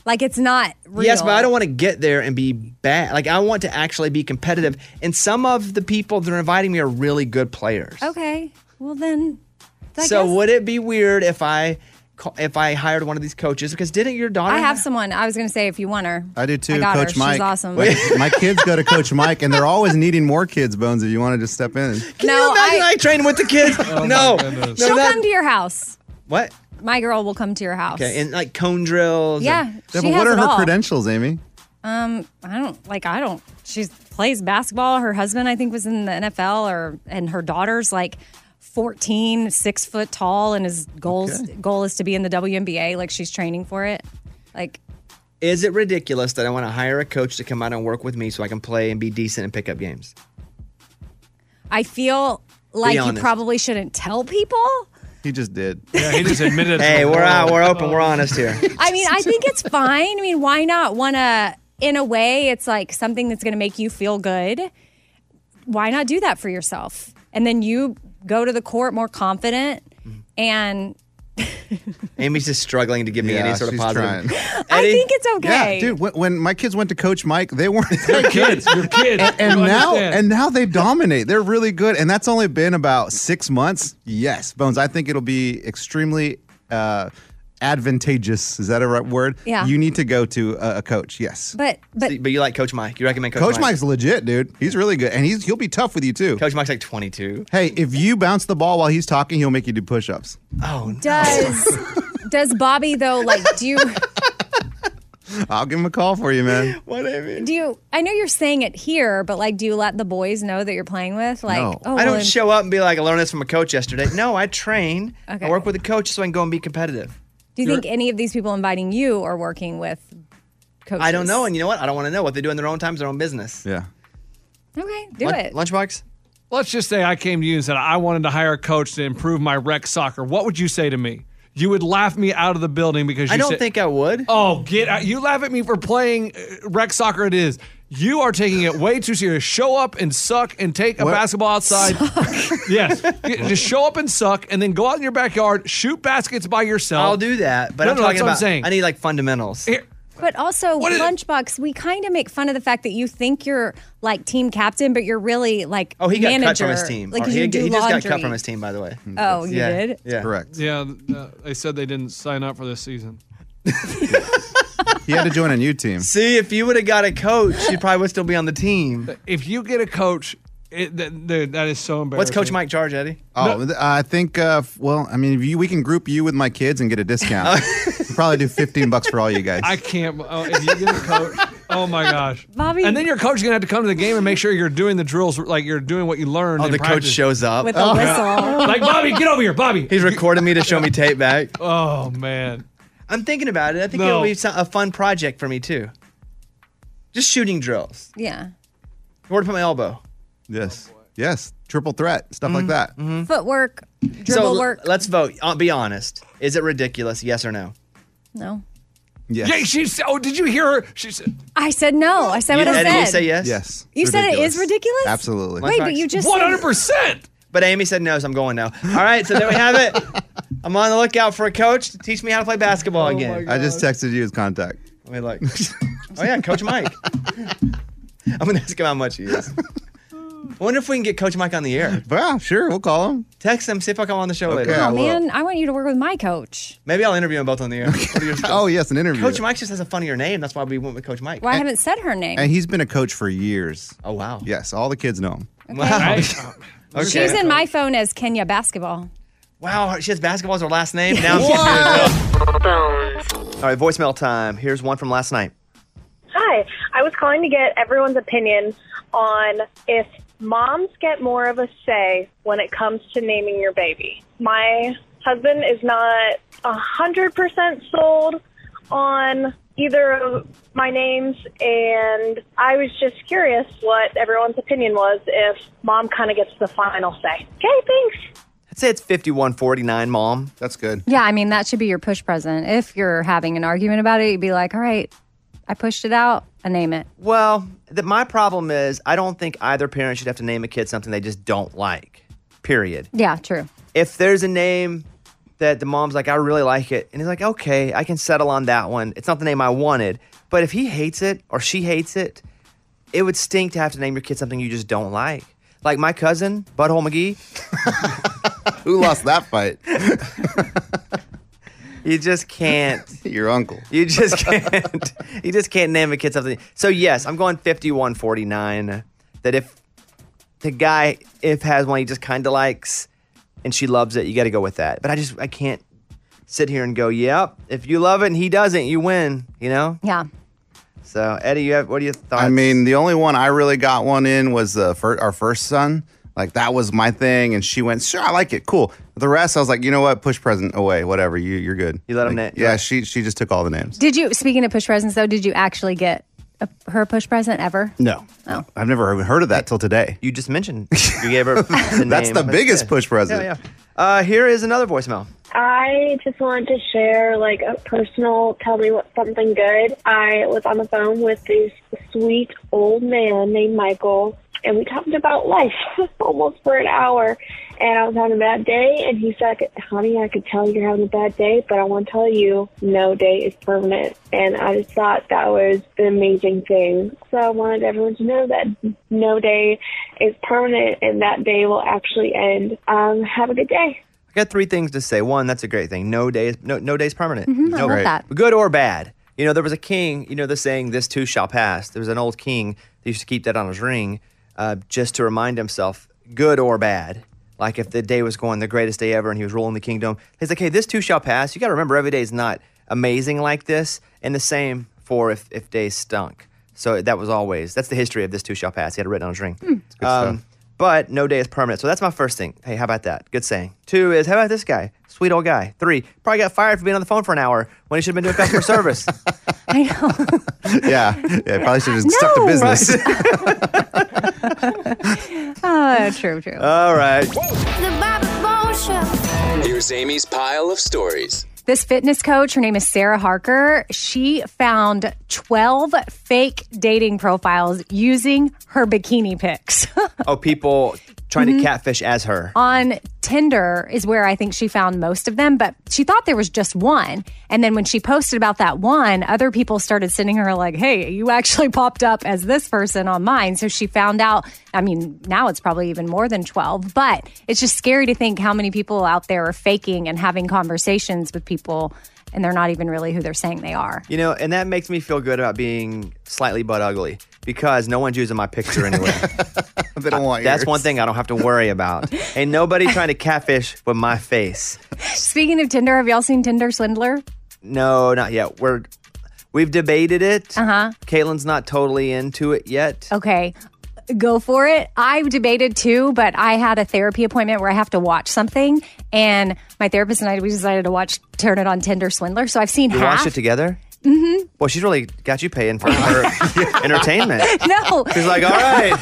Like it's not real.
Yes, but I don't want to get there and be bad. Like I want to actually be competitive. And some of the people that are inviting me are really good players.
Okay. Well, then. I
so
guess-
would it be weird if I ca- if I hired one of these coaches? Because didn't your daughter?
I have someone. I was going to say if you want her.
I do too,
got her.
Coach Mike.
She's awesome.
Like, my kids go to Coach Mike, and they're always needing more kids. Bones, if you want to just step in.
Can No, you imagine I- I
trained with the kids? no, no,
Oh, She'll
that-
come to your house.
what?
My girl will come to your house.
Okay, and like cone drills.
Yeah,
and-
Yeah, she but what has are it her all.
credentials, Amy?
Um, I don't like. I don't. She plays basketball. Her husband, I think, was in the NFL, or and her daughter's like 14, six foot tall, and his goals goal is to be in the WNBA. Like she's training for it. Like
Is it ridiculous that I want to hire a coach to come out and work with me so I can play and be decent and pick up games?
I feel like you
honest.
probably shouldn't tell people.
He just did.
Yeah, he just admitted. to
hey,
the
we're out.
world.
We're open. We're honest here.
I mean, I think it's fine. I mean, why not? Wanna in a way, it's like something that's going to make you feel good. Why not do that for yourself? And then you go to the court more confident and
Amy's just struggling to give me any
Yeah,
sort of
she's
positive.
I think it's okay.
Yeah, dude. When, when my kids went to Coach Mike, they weren't your
kids. Your kids.
And, and
You
now,
understand.
and now they dominate. They're really good, and that's only been about six months. Yes, Bones. I think it'll be extremely uh, advantageous. Is that a right word?
Yeah.
You need to go to a, a coach. Yes.
But but
But you like Coach Mike. You recommend Coach,
Coach Mike's legit, dude. He's really good, and he's he'll be tough with you too.
Coach Mike's like 22.
Hey, if you bounce the ball while he's talking, he'll make you do push-ups.
Oh,
does does Bobby though like do you
I'll give him a call for you, man.
Whatever.
do you I know you're saying it here, but like do you let the boys know that you're playing with? Like oh
I
well,
don't
then-
show up and be like, I learned this from a coach yesterday. No, I train.
Okay.
I work with a coach so I can go and be competitive.
do you think any of these people inviting you are working with coaches?
I don't know. And you know what? I don't want to know what they do in their own time, is their own business. Ah,
Yeah.
Okay, do
Lun-
it.
Lunchbox?
Let's just say I came to you and said I wanted to hire a coach to improve my rec soccer. What would you say to me? You would laugh me out of the building because you
I don't
said-
think I would.
Oh, get out. You laugh at me for playing uh, rec soccer, it is. You are taking it way too serious. Show up and suck and take a basketball outside. yes. You- Just show up and suck and then go out in your backyard, shoot baskets by yourself.
I'll do that. But
no,
I'm
no,
talking
that's
about,
what I'm saying.
I need like fundamentals.
But also,
What is-
lunchbox, we kind of make fun of the fact that you think you're like team captain, but you're really like
Oh, he got
manager.
cut from his team.
Like
Or
'cause
he,
you do
he just got
laundry.
cut from his team, by the way.
Oh, you
yeah.
did.
Yeah.
Correct.
Yeah, uh, they said they didn't sign up for this season.
He had to join a new team.
See, if you would have got a coach, you probably would still be on the team.
If you get a coach, it, th- dude, that is so embarrassing.
What's Coach Mike charge, Eddie?
Oh, th- I think. Uh, f- well, I mean, if you, we can group you with my kids and get a discount. We'll probably do fifteen bucks for all you guys.
I can't. Oh, if you get a coach, oh my gosh,
Bobby-
And then your coach is gonna have to come to the game and make sure you're doing the drills, like you're doing what you learned.
Oh,
in
the coach
practice.
shows up.
With a Oh. whistle.
like Bobby, get over here, Bobby.
He's recording me to show me tape back.
Oh man,
I'm thinking about it. I think
No.
it'll be so- a fun project for me too. Just shooting drills.
Yeah.
Where to put my elbow? Mm-hmm.
yes, yes, triple threat stuff like that.
Footwork, dribble
so l-
work.
let's vote. Uh, be honest. Is it ridiculous? Yes or no?
No.
Yes.
yeah, she's. Oh, did you hear her? She said,
I said no. I said
you,
what I
Eddie,
said.
you say yes.
Yes.
You said it is ridiculous?
Absolutely.
Wait, but you just said-
100. percent
But Amy said no, so I'm going now. All right, so there we have it. I'm on the lookout for a coach to teach me how to play basketball again.
Oh I just texted you his contact.
Let me look. oh yeah, Coach Mike. I'm gonna ask him how much he is. I wonder if we can get Coach Mike on the air.
Yeah, sure. We'll call him.
Text him, see if I come on the show
Okay,
later.
I
Oh,
will.
man, I want you to work with my coach.
Maybe I'll interview them both on the air.
Oh yes, an interview.
Coach Mike just has a funnier name. That's why we went with Coach Mike.
Well, I haven't said her name.
And he's been a coach for years.
Oh wow.
Yes, all the kids know him.
Wow. Okay.
She's in my phone as Kenya Basketball.
Wow, she has basketball as her last name. Now I'm confused. All right, voicemail time. Here's one from last night.
Hi, I was calling to get everyone's opinion on if moms get more of a say when it comes to naming your baby. My husband is not a hundred percent sold on either of my names, and I was just curious what everyone's opinion was if mom kind of gets the final say. Okay, thanks.
I'd say it's 5149, mom.
That's good.
Yeah, I mean, that should be your push present. If you're having an argument about it, you'd be like, all right, I pushed it out. I name it.
Well, th- my problem is I don't think either parent should have to name a kid something they just don't like. Period.
Yeah, true.
If there's a name that the mom's like, I really like it, and he's like, okay, I can settle on that one. It's not the name I wanted. But if he hates it or she hates it, it would stink to have to name your kid something you just don't like. Like my cousin, Butthole McGee.
Who lost that fight?
you just can't.
Your uncle.
You just can't. you just can't name a kid something. So yes, I'm going 51-49. That if the guy if has one he just kind of likes, and she loves it, you got to go with that. But I just I can't sit here and go, yep. If you love it and he doesn't, you win. You know.
Yeah.
So Eddie, you have what are your thoughts?
I mean, the only one I really got one in was the fir- our first son. Like that was my thing, and she went, "Sure, I like it, cool." The rest, I was like, "You know what? Push present away, whatever. You you're good." You
let
them.
na-
yeah, she she just took all the names.
Did you, speaking of push presents though, did you actually get a, her push present ever?
No, oh. I've never even heard of that till today.
You just mentioned you gave her. The
That's
name.
the biggest push present.
Yeah, yeah. Uh, here is another voicemail.
I just wanted to share like a personal tell me what something good. I was on the phone with this sweet old man named Michael and we talked about life almost for an hour and I was having a bad day and he said, Honey, I could tell you're having a bad day, but I wanna tell you no day is permanent and I just thought that was an amazing thing. So I wanted everyone to know that no day is permanent and that day will actually end. Um, have a good day.
I got three things to say. One, that's a great thing. No day is no no day is permanent.
Mhm, I
no,
love Right. that.
Good or bad. You know, there was a king. You know, the saying, "This too shall pass." There was an old king that used to keep that on his ring, uh, just to remind himself, good or bad. Like if the day was going the greatest day ever, and he was ruling the kingdom, he's like, "Hey, this too shall pass." You got to remember, every day is not amazing like this. And the same for if if days stunk. So that was always that's the history of this too shall pass. He had it written on his ring. Um, but no day is permanent. So that's my first thing. Hey, how about that? Good saying. Two is how about this guy? Sweet old guy. Three, probably got fired for being on the phone for an hour when he should have been doing customer service.
yeah, yeah. Probably should have just stuck to
No.
business.
Oh, true, true.
All right.
Here's Amy's pile of stories.
This fitness coach, her name is Sarah Harker, she found 12 fake dating profiles using her bikini pics.
oh, people trying to catfish as her.
On Tinder is where I think she found most of them, but she thought there was just one. And then when she posted about that one, other people started sending her, like, hey, you actually popped up as this person on mine. So she found out, I mean, now it's probably even more than 12, but it's just scary to think how many people out there are faking and having conversations with people and they're not even really who they're saying they are.
You know, and that makes me feel good about being slightly but ugly because no one's using my picture anyway. Uh,
they don't want
That's
yours.
one thing I don't have to worry about. Ain't nobody trying to catfish with my face.
Speaking of Tinder, have y'all seen Tinder Swindler?
No, not yet. We're we've debated it.
Uh huh.
Caitlin's not totally into it yet.
Okay. Go for it. I debated too, but I had a therapy appointment where I have to watch something, and my therapist and I we decided to watch Turn It On Tinder Swindler. So I've seen
You
half.
watched it together?
Mhm.
Well, she's really got you paying for her entertainment.
No.
She's like, all right,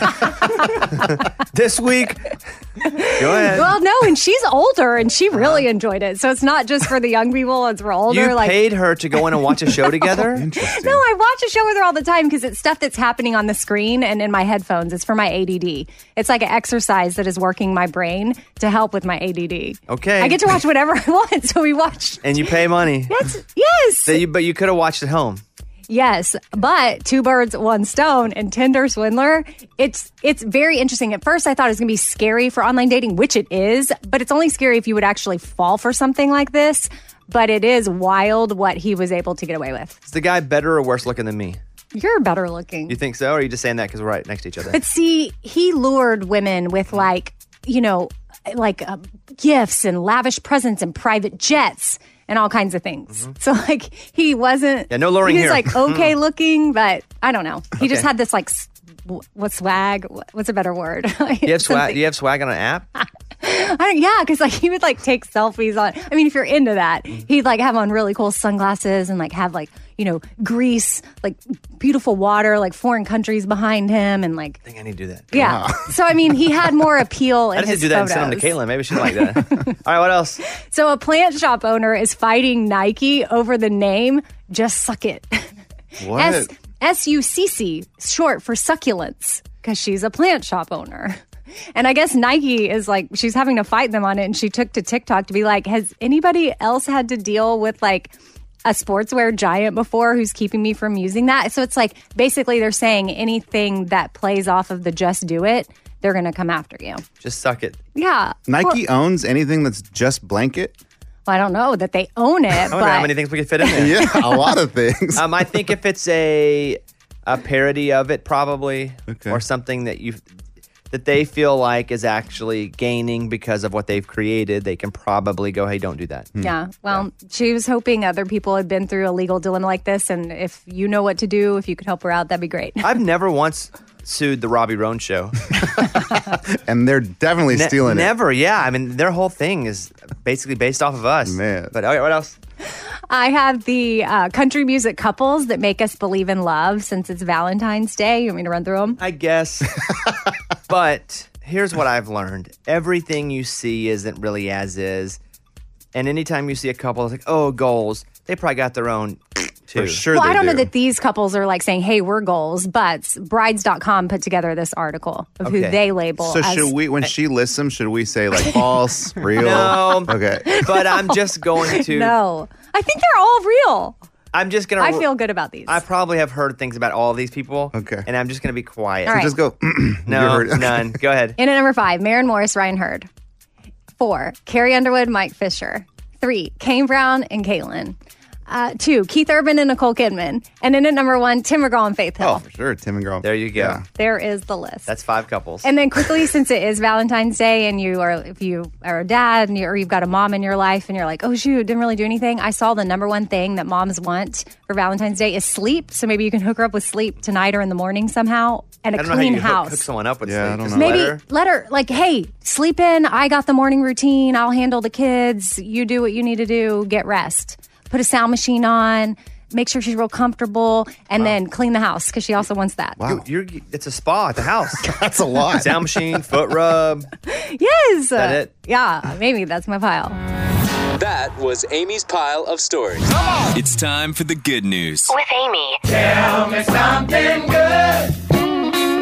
this week, go ahead. Uh-huh.
Well, no, and she's older, and she really enjoyed it. So it's not just for the young people; it's for older.
you
like
paid her to go in and watch a show together?
No, I watch a show with her all the time because it's stuff that's happening on the screen and in my headphones. It's for my ADD. It's like an exercise that is working my brain to help with my ADD.
Okay.
I get to watch whatever I want, so we watched.
and you pay money.
That's yes,
That you, but you could have watched at home.
yes. But two birds, one stone, and Tinder Swindler. It's it's very interesting. At first, I thought it was going to be scary for online dating, which it is. But it's only scary if you would actually fall for something like this. But it is wild what he was able to get away with.
Is the guy better or worse looking than me?
You're better looking.
You think so? Or are you just saying that because we're right next to each other?
But see, he lured women with like, you know, like uh, gifts and lavish presents and private jets and all kinds of things. So like he wasn't.
Mm-hmm. Yeah, no luring
He was
here.
like okay looking, but I don't know. He just
Okay.
had this like, s- w- what swag? Wh- What's a better word?
you have swag. You have swag on an app.
I don't. Yeah, because like he would like take selfies on. I mean, if you're into that,
Mm-hmm.
he'd like have on really cool sunglasses and like have like you know Greece, like beautiful water, like foreign countries behind him, and like
I think I need to do that.
yeah. So I mean, he had more appeal in
I just need
his
to do that
photos.
and send them to Caitlin. Maybe she'd like that. All right, what else?
So a plant shop owner is fighting Nike over the name "Just Suck It."
What?
S U C C, short for succulents, because she's a plant shop owner. And I guess Nike is like she's having to fight them on it, and she took to TikTok to be like, "Has anybody else had to deal with like?" A sportswear giant before who's keeping me from using that. So it's like basically they're saying anything that plays off of the just do it
they're going to come after you.
Just suck it.
Yeah.
Nike
Well,
owns anything that's just blanket.
well, I don't know that they own it,
I don't know how many
but
things we could fit in there.
Yeah, a lot of things.
Um, I think if it's a a parody of it, probably, or something that you that they feel like is actually gaining because of what they've created, they can probably go, "Hey, don't do that."
Hmm.
yeah. Well, she was hoping other people had been through a legal dilemma like this, and if you know what to do, if you could help her out, that'd be great.
I've never once sued the Robbie Roan show.
and they're definitely stealing it.
Never, yeah. I mean, their whole thing is basically based off of us. Man. But all right, what else?
I have the uh, country music couples that make us believe in love since it's Valentine's Day. You want me to run through them?
I guess. but here's what I've learned everything you see isn't really as is. And anytime you see a couple, it's like, oh, goals, they probably got their own too.
well, I don't know that these couples are like saying, hey, we're goals, but brides.com put together this article of who they label
So
as
should we? When she lists them, should we say like false, real?
No.
Okay.
But I'm just going to.
No. I think they're all real.
I'm just going
I feel good about these.
I probably have heard things about all these people. Okay. And I'm just going to be quiet.
All So right. just
go.
no, none. Go ahead.
In at number five, Maren Morris, Ryan Hurd. Four, Carrie Underwood, Mike Fisher. Three, Kane Brown and Caitlin. Uh, two, Keith Urban and Nicole Kidman. And then at number one, Tim McGraw and Faith Hill.
Sure, Tim and Girl.
There you go.
There is the list.
Oh. That's five couples.
And then quickly, since it is Valentine's Day, and you are if you are a dad and you, or you've got a mom in your life, and you're like, oh shoot, didn't really do anything. I saw the number one thing that moms want for Valentine's Day is sleep. So maybe you can hook her up with sleep tonight or in the morning somehow, and a
I don't
clean
know how you hook,
house.
hook someone up with
yeah, I
sleep.
don't
Just
know.
let
Maybe
her-
let her like, hey, sleep in. I got the morning routine. I'll handle the kids. You do what you need to do. Get rest. Put a sound machine on. Make sure she's real comfortable, and then clean the house because she also wants that.
You're, you're, it's a spa at the house.
that's a lot.
Sound machine, foot rub.
Yes.
That it?
Yeah, maybe that's my pile.
That was Amy's pile of stories.
It's time for the good news.
With Amy.
Tell me something
good.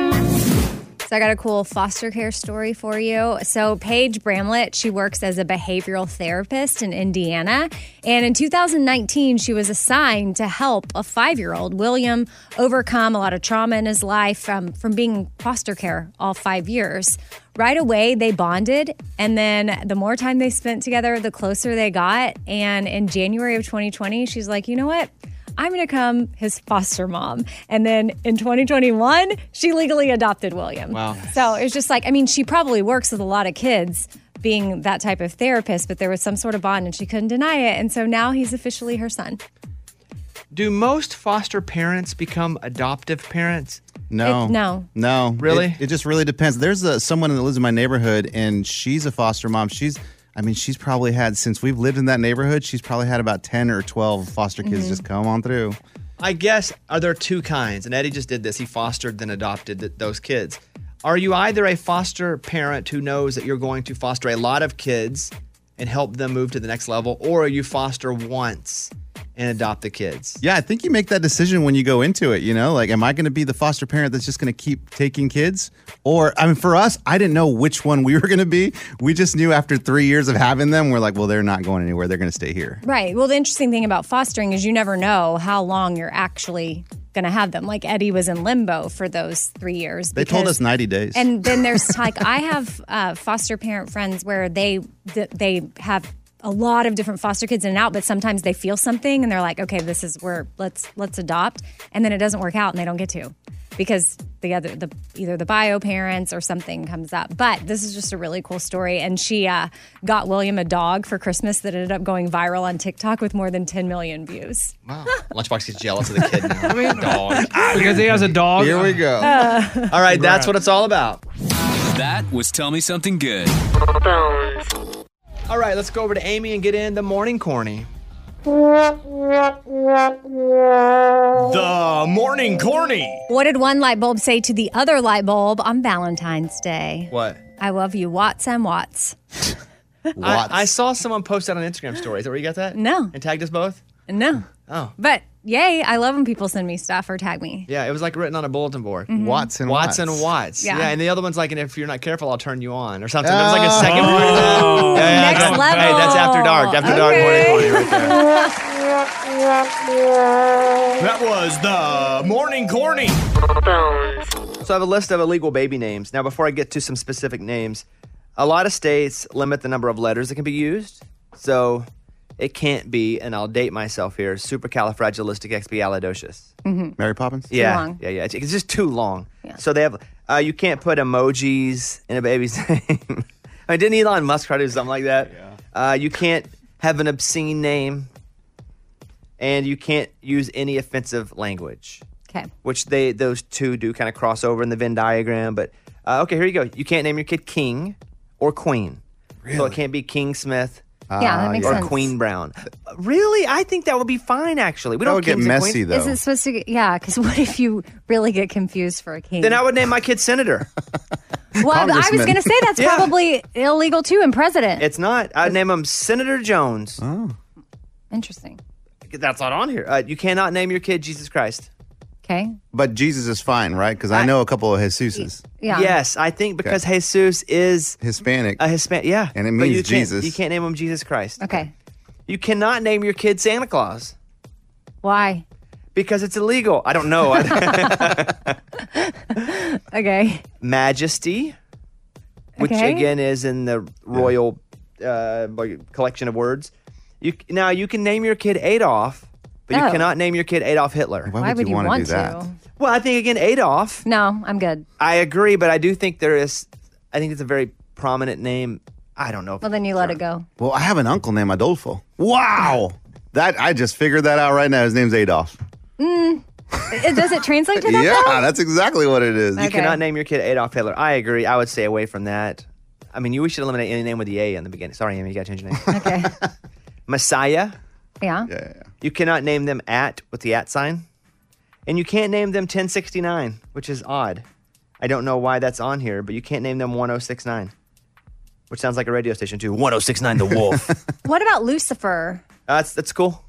So I got a cool foster care story for you. So Paige Bramlett, she works as a behavioral therapist in Indiana, and in 2019 she was assigned to help a 5-year-old William overcome a lot of trauma in his life from from being in foster care all 5 years. Right away they bonded, and then the more time they spent together, the closer they got, and in January of 2020 she's like, "You know what? I'm going to come his foster mom. And then in 2021, she legally adopted William.
Wow.
So it was just like, I mean, she probably works with a lot of kids being that type of therapist, but there was some sort of bond and she couldn't deny it. And so now he's officially her son.
Do most foster parents become adoptive parents?
No.
It- no.
No.
Really?
It, it just really depends. There's a, someone that lives in my neighborhood, and she's a foster mom. She's, I mean, she's probably had since we've lived in that neighborhood. She's probably had about ten or twelve foster kids
Mm-hmm.
Mhm.
just come on through.
I guess are there two kinds? And Eddie just did this. He fostered then adopted th- those kids. Are you either a foster parent who knows that you're going to foster a lot of kids and help them move to the next level, or are you foster once and adopt the kids?
Yeah, I think you make that decision when you go into it. You know, like, am I going to be the foster parent that's just going to keep taking kids? Or, I mean, for us, I didn't know which one we were going to be. We just knew after three years of having them, we're like, well, they're not going anywhere. They're going to stay here.
Right. Well, the interesting thing about fostering is you never know how long you're actually going to have them. Like Eddie was in limbo for those three years.
They told
because-
us 90 days.
And then there's like I have uh, foster parent friends where they th- they have a lot of different foster kids in and out, but sometimes they feel something and they're like, okay, this is where let's let's adopt, and then it doesn't work out and they don't get to because the other the either the bio parents or something comes up. But this is just a really cool story, and she uh, got William a dog for Christmas that ended up going viral on TikTok with more than 10 million views.
Wow. Lunchbox gets jealous of the kid now. I mean,
because he has a dog.
Here we go.
Uh.
all right, that's what it's all about.
That was Tell Me Something Good.
All right, let's go over to Amy and get in the morning corny.
The
morning corny.
What did one light bulb say to the other light bulb on Valentine's Day?
What?
I love you, Watts and Watts.
I, I saw someone post that on Instagram stories. Is that where you got that?
No.
And tagged us both?
No.
Oh.
But yay, I love when people send me stuff or tag me.
Yeah, it was like written on a bulletin board.
Mhm.
Watts and
Watts. and
Watts.
Watts. Yeah.
Yeah.
and the other one's like, and if you're not careful, I'll turn you on or something. There's like a second part of that.
Oh.
Next
level.
Hey, that's after dark. After dark morning corny right there.
was the morning corny.
So I have a list of illegal baby names. Now, before I get to some specific names, a lot of states limit the number of letters that can be used. So it can't be, and I'll date myself here, supercalifragilisticexpialidocious.
Mm-hmm. Mary Poppins?
Yeah, yeah, yeah. It's, it's just too long. So they have, uh, you can't put emojis in a baby's name. I mean, didn't Elon Musk try to do something like that? Uh, you can't have an obscene name, and you can't use any offensive language
Okay.
which they those two do kind of cross over in the Venn diagram. But uh, okay, here you go. You can't name your kid King or Queen, so it can't be King Smith.
Yeah, that makes
or
sense.
Queen Brown. Really, I think that would be fine. Actually, we don't kings and queens.
Is it supposed to? Get, yeah, because what if you really get confused for a king?
then I would name my kid Senator.
well, I was
Congressman.
going to say that's
Yeah.
probably illegal too in president.
it's not. I'd name him Senator Jones. Oh.
Interesting.
That's not on here. Uh, you cannot name your kid Jesus Christ.
Okay.
But Jesus is fine, right? Because I, know a couple of Jesuses.
Yeah.
Yes, I think because Jesus is
Hispanic.
A Hispanic, yeah.
And it
But
means
you can't-
Jesus.
You can't name him Jesus Christ.
Okay.
You cannot name your kid Santa Claus
Why?
because it's illegal. I don't know.
Okay.
Majesty, which
Okay.
again is in the royal uh, like, collection of words. You now you can name your kid Adolf, but
Oh.
you cannot name your kid Adolf Hitler.
Why would you want to?
Well, I think again Adolf.
No, I'm good.
I agree, but I do think there is. I think it's a very prominent name. I don't know. if
Well, then you let it go.
Well, I have an uncle named Adolfo. Wow. That I just figured that out right now. His name's Adolf.
Mm. It, does it translate to that?
yeah,
though?
that's exactly what it is.
You cannot name your kid Adolf Hitler. I agree. I would stay away from that. I mean, you we should eliminate any name with the A in the beginning. Sorry, Amy, you got to change your name. okay. Messiah.
Yeah.
You cannot name them at with the at sign, and you can't name them 1069, which is odd. I don't know why that's on here, but you can't name them 1069, which sounds like a radio station too. 1069 The Wolf.
What about Lucifer?
that's that's cool.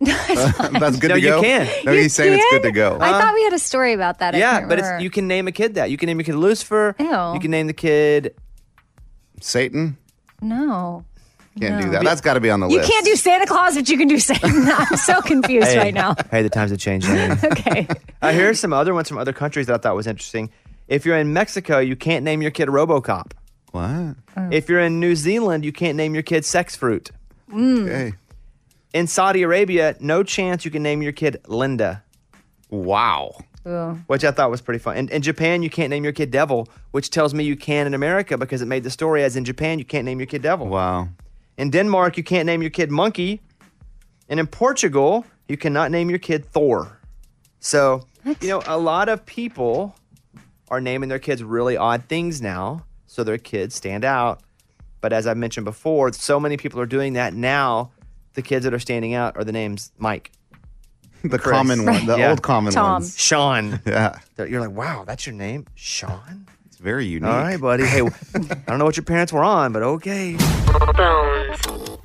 Uh, that's
good no,
to go?
you can.
No, You he's saying it's good can? to go.
I
Um,
thought we had a story about that. I
yeah,
can't
but it's,
remember.
you can name a kid that. You can name your kid Lucifer. You can name the kid
Satan.
no.
Can't do
No.
that. That's got to be on the
You
list.
can't do Santa Claus, but you can do Satan. I'm so confused
Hey.
right now.
Hey, the times have changed. okay. Uh, here are some other ones from other countries that I thought was interesting. If you're in Mexico, you can't name your kid RoboCop.
What?
Oh.
If you're in New Zealand, you can't name your kid Sex Fruit.
Mm.
In Saudi Arabia, no chance you can name your kid Linda. Wow.
Ooh.
Which I thought was pretty fun. In, in Japan, you can't name your kid Devil, which tells me you can in America because it made the story as in Japan, you can't name your kid Devil.
Wow.
In Denmark, you can't name your kid Monkey. And in Portugal, you cannot name your kid Thor. So, you know, a lot of people are naming their kids really odd things now so their kids stand out. But as I mentioned before, so many people are doing that now. The kids that are standing out are the names Mike,
the common one, the old common ones.
Sean.
Yeah.
You're like, wow, that's your name, Sean.
It's very unique.
All right, buddy. Hey, I don't know what your parents were on, but okay.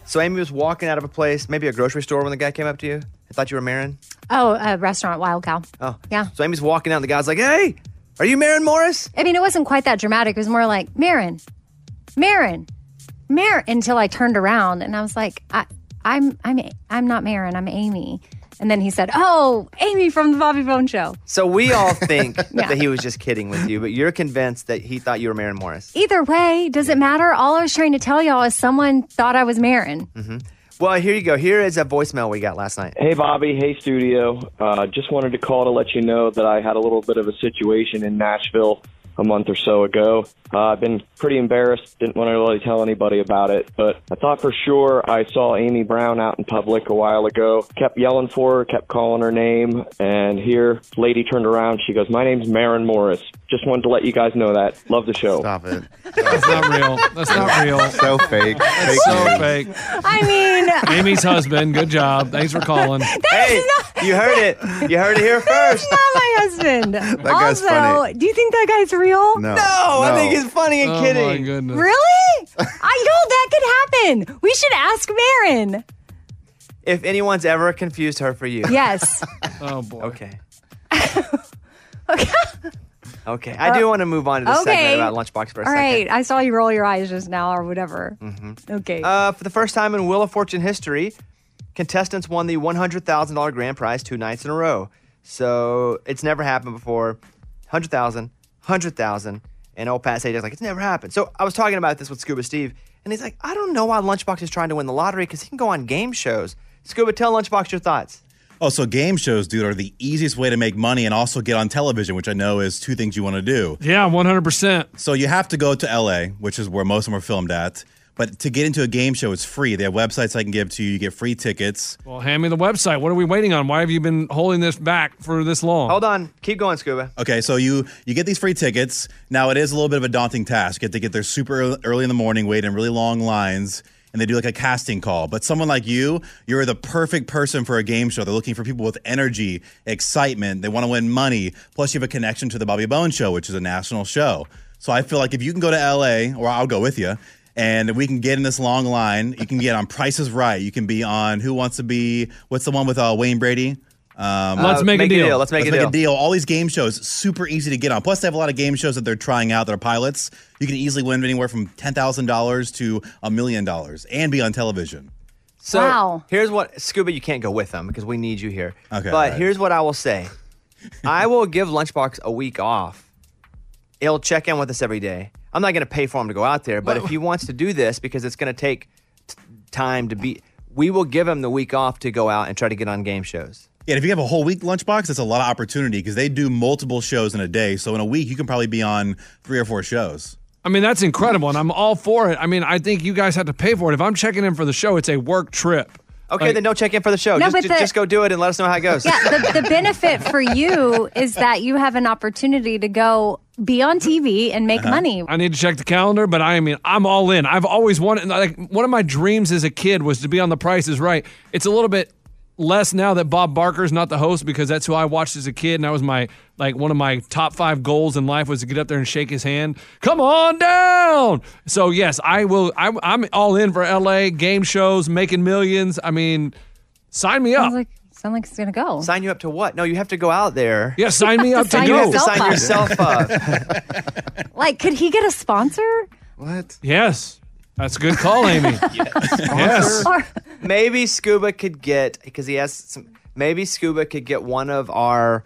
So Amy was walking out of a place, maybe a grocery store, when the guy came up to you. I thought you were Marin.
Oh, uh, restaurant Wild Cow.
Oh,
Yeah.
So Amy's walking out, and the guy's like, "Hey, are you Marin Morris?"
I mean, it wasn't quite that dramatic. It was more like Marin, Marin, Marin. Until I turned around and I was like, I, I'm, I'm, I'm not Marin. I'm Amy. And then he said, "Oh, Amy from the Bobby Bone Show."
So we all think
Yeah.
that he was just kidding with you, but you're convinced that he thought you were Marin Morris.
Either way, does it matter? All I was trying to tell y'all is someone thought I was Marin.
hmm Well, here you go. Here is a voicemail we got last night.
Hey, Bobby. Hey, studio. Uh, just wanted to call to let you know that I had a little bit of a situation in Nashville a month or so ago. Uh, I've been pretty embarrassed. Didn't want to really tell anybody about it, but I thought for sure I saw Amy Brown out in public a while ago. Kept yelling for her, kept calling her name, and here, lady turned around. She goes, "My name's Marin Morris." Just wanted to let you guys know that. Love the show. Stop
it.
That's not real. That's not real.
So fake.
That's so fake.
I mean,
Amy's husband. Good job. Thanks for calling.
hey, you heard it. You heard it here first.
not my husband. that
guy's
also,
funny.
do you think that guy's real?
No. No, I No. think he's funny and Oh, my kidding. goodness.
Really? I know that could happen. We should ask Marin.
If anyone's ever confused her for you,
Yes.
oh boy.
Okay. okay. I do want to move on to the
okay.
segment about Lunchbox for a
All
second.
right.
Mm.
I saw you roll your eyes just now or whatever.
Mm-hmm.
Okay.
Uh, for the first time in Wheel of Fortune history, contestants won the $100,000 grand prize two nights in a row. So it's never happened before. 100,000,
hundred thousand, and old Pat Sajak like it's never happened. So I was talking about this with Scuba Steve, and he's like, I don't know why Lunchbox is trying to win the lottery because he can go on game shows. Scuba, tell Lunchbox your thoughts.
Oh, so game shows, dude, are the easiest way to make money and also get on television, which I know is two things you want to do.
Yeah, 100%.
So you have to go to LA, which is where most of them are filmed at. But to get into a game show, it's free. They have websites I can give to you. You get free tickets.
Well, hand me the website. What are we waiting on? Why have you been holding this back for this long?
Hold on, keep going, Scuba.
Okay, so you you get these free tickets. Now it is a little bit of a daunting task. You have to get there super ear- early in the morning, wait in really long lines, and they do like a casting call. But someone like you, you're the perfect person for a game show. They're looking for people with energy, excitement. They want to win money. Plus, you have a connection to the Bobby Bones show, which is a national show. So I feel like if you can go to LA, or I'll go with you. And we can get in this long line. You can get on Price is Right. You can be on Who Wants to Be. What's the one with uh, Wayne Brady? Um,
Let's Uh, make a Make a Deal. Deal. Let's Make a Deal.
deal. All these game shows, super easy to get on. Plus, they have a lot of game shows that they're trying out that are pilots. You can easily win anywhere from ten thousand dollars to a million dollars and be on television.
So here's what Scuba, you can't go with them because we need you here.
Okay,
But
alright.
here's what I will say. I will give Lunchbox a week off. He'll check in with us every day. I'm not going to pay for him to go out there, but if he wants to do this because it's going to take t- time to be, we will give him the week off to go out and try to get on game shows.
Yeah, and if you have a whole week lunchbox, that's a lot of opportunity because they do multiple shows in a day. So in a week, you can probably be on three or four shows.
I mean, that's incredible, and I'm all for it. I mean, I think you guys have to pay for it. If I'm checking in for the show, it's a work trip.
Okay, then don't check in for the show.
No,
just,
but
ju-
the-
just go do it and let us know how it goes.
Yeah, the, the benefit for you is that you have an opportunity to go be on TV and
Uh-huh.
make money.
Uh, I need to check the calendar, but I mean, I'm all in. I've always wanted, like, one of my dreams as a kid was to be on The Price is Right. It's a little bit less now that Bob Barker's not the host because that's who I watched as a kid. And that was my, like, one of my top five goals in life was to get up there and shake his hand. Come on down. So, yes, I will, I, I'm all in for LA, game shows, making millions. I mean, sign me up.
Sounds like, sound like it's going to go.
Sign you up to what? No, you have to go out there.
Yeah, sign me up to
And
go.
You have to sign yourself up.
Like, could he get a sponsor?
What? Yes. That's a good call, Amy. Yes.
maybe Scuba could get because he has some. Maybe Scuba could get one of our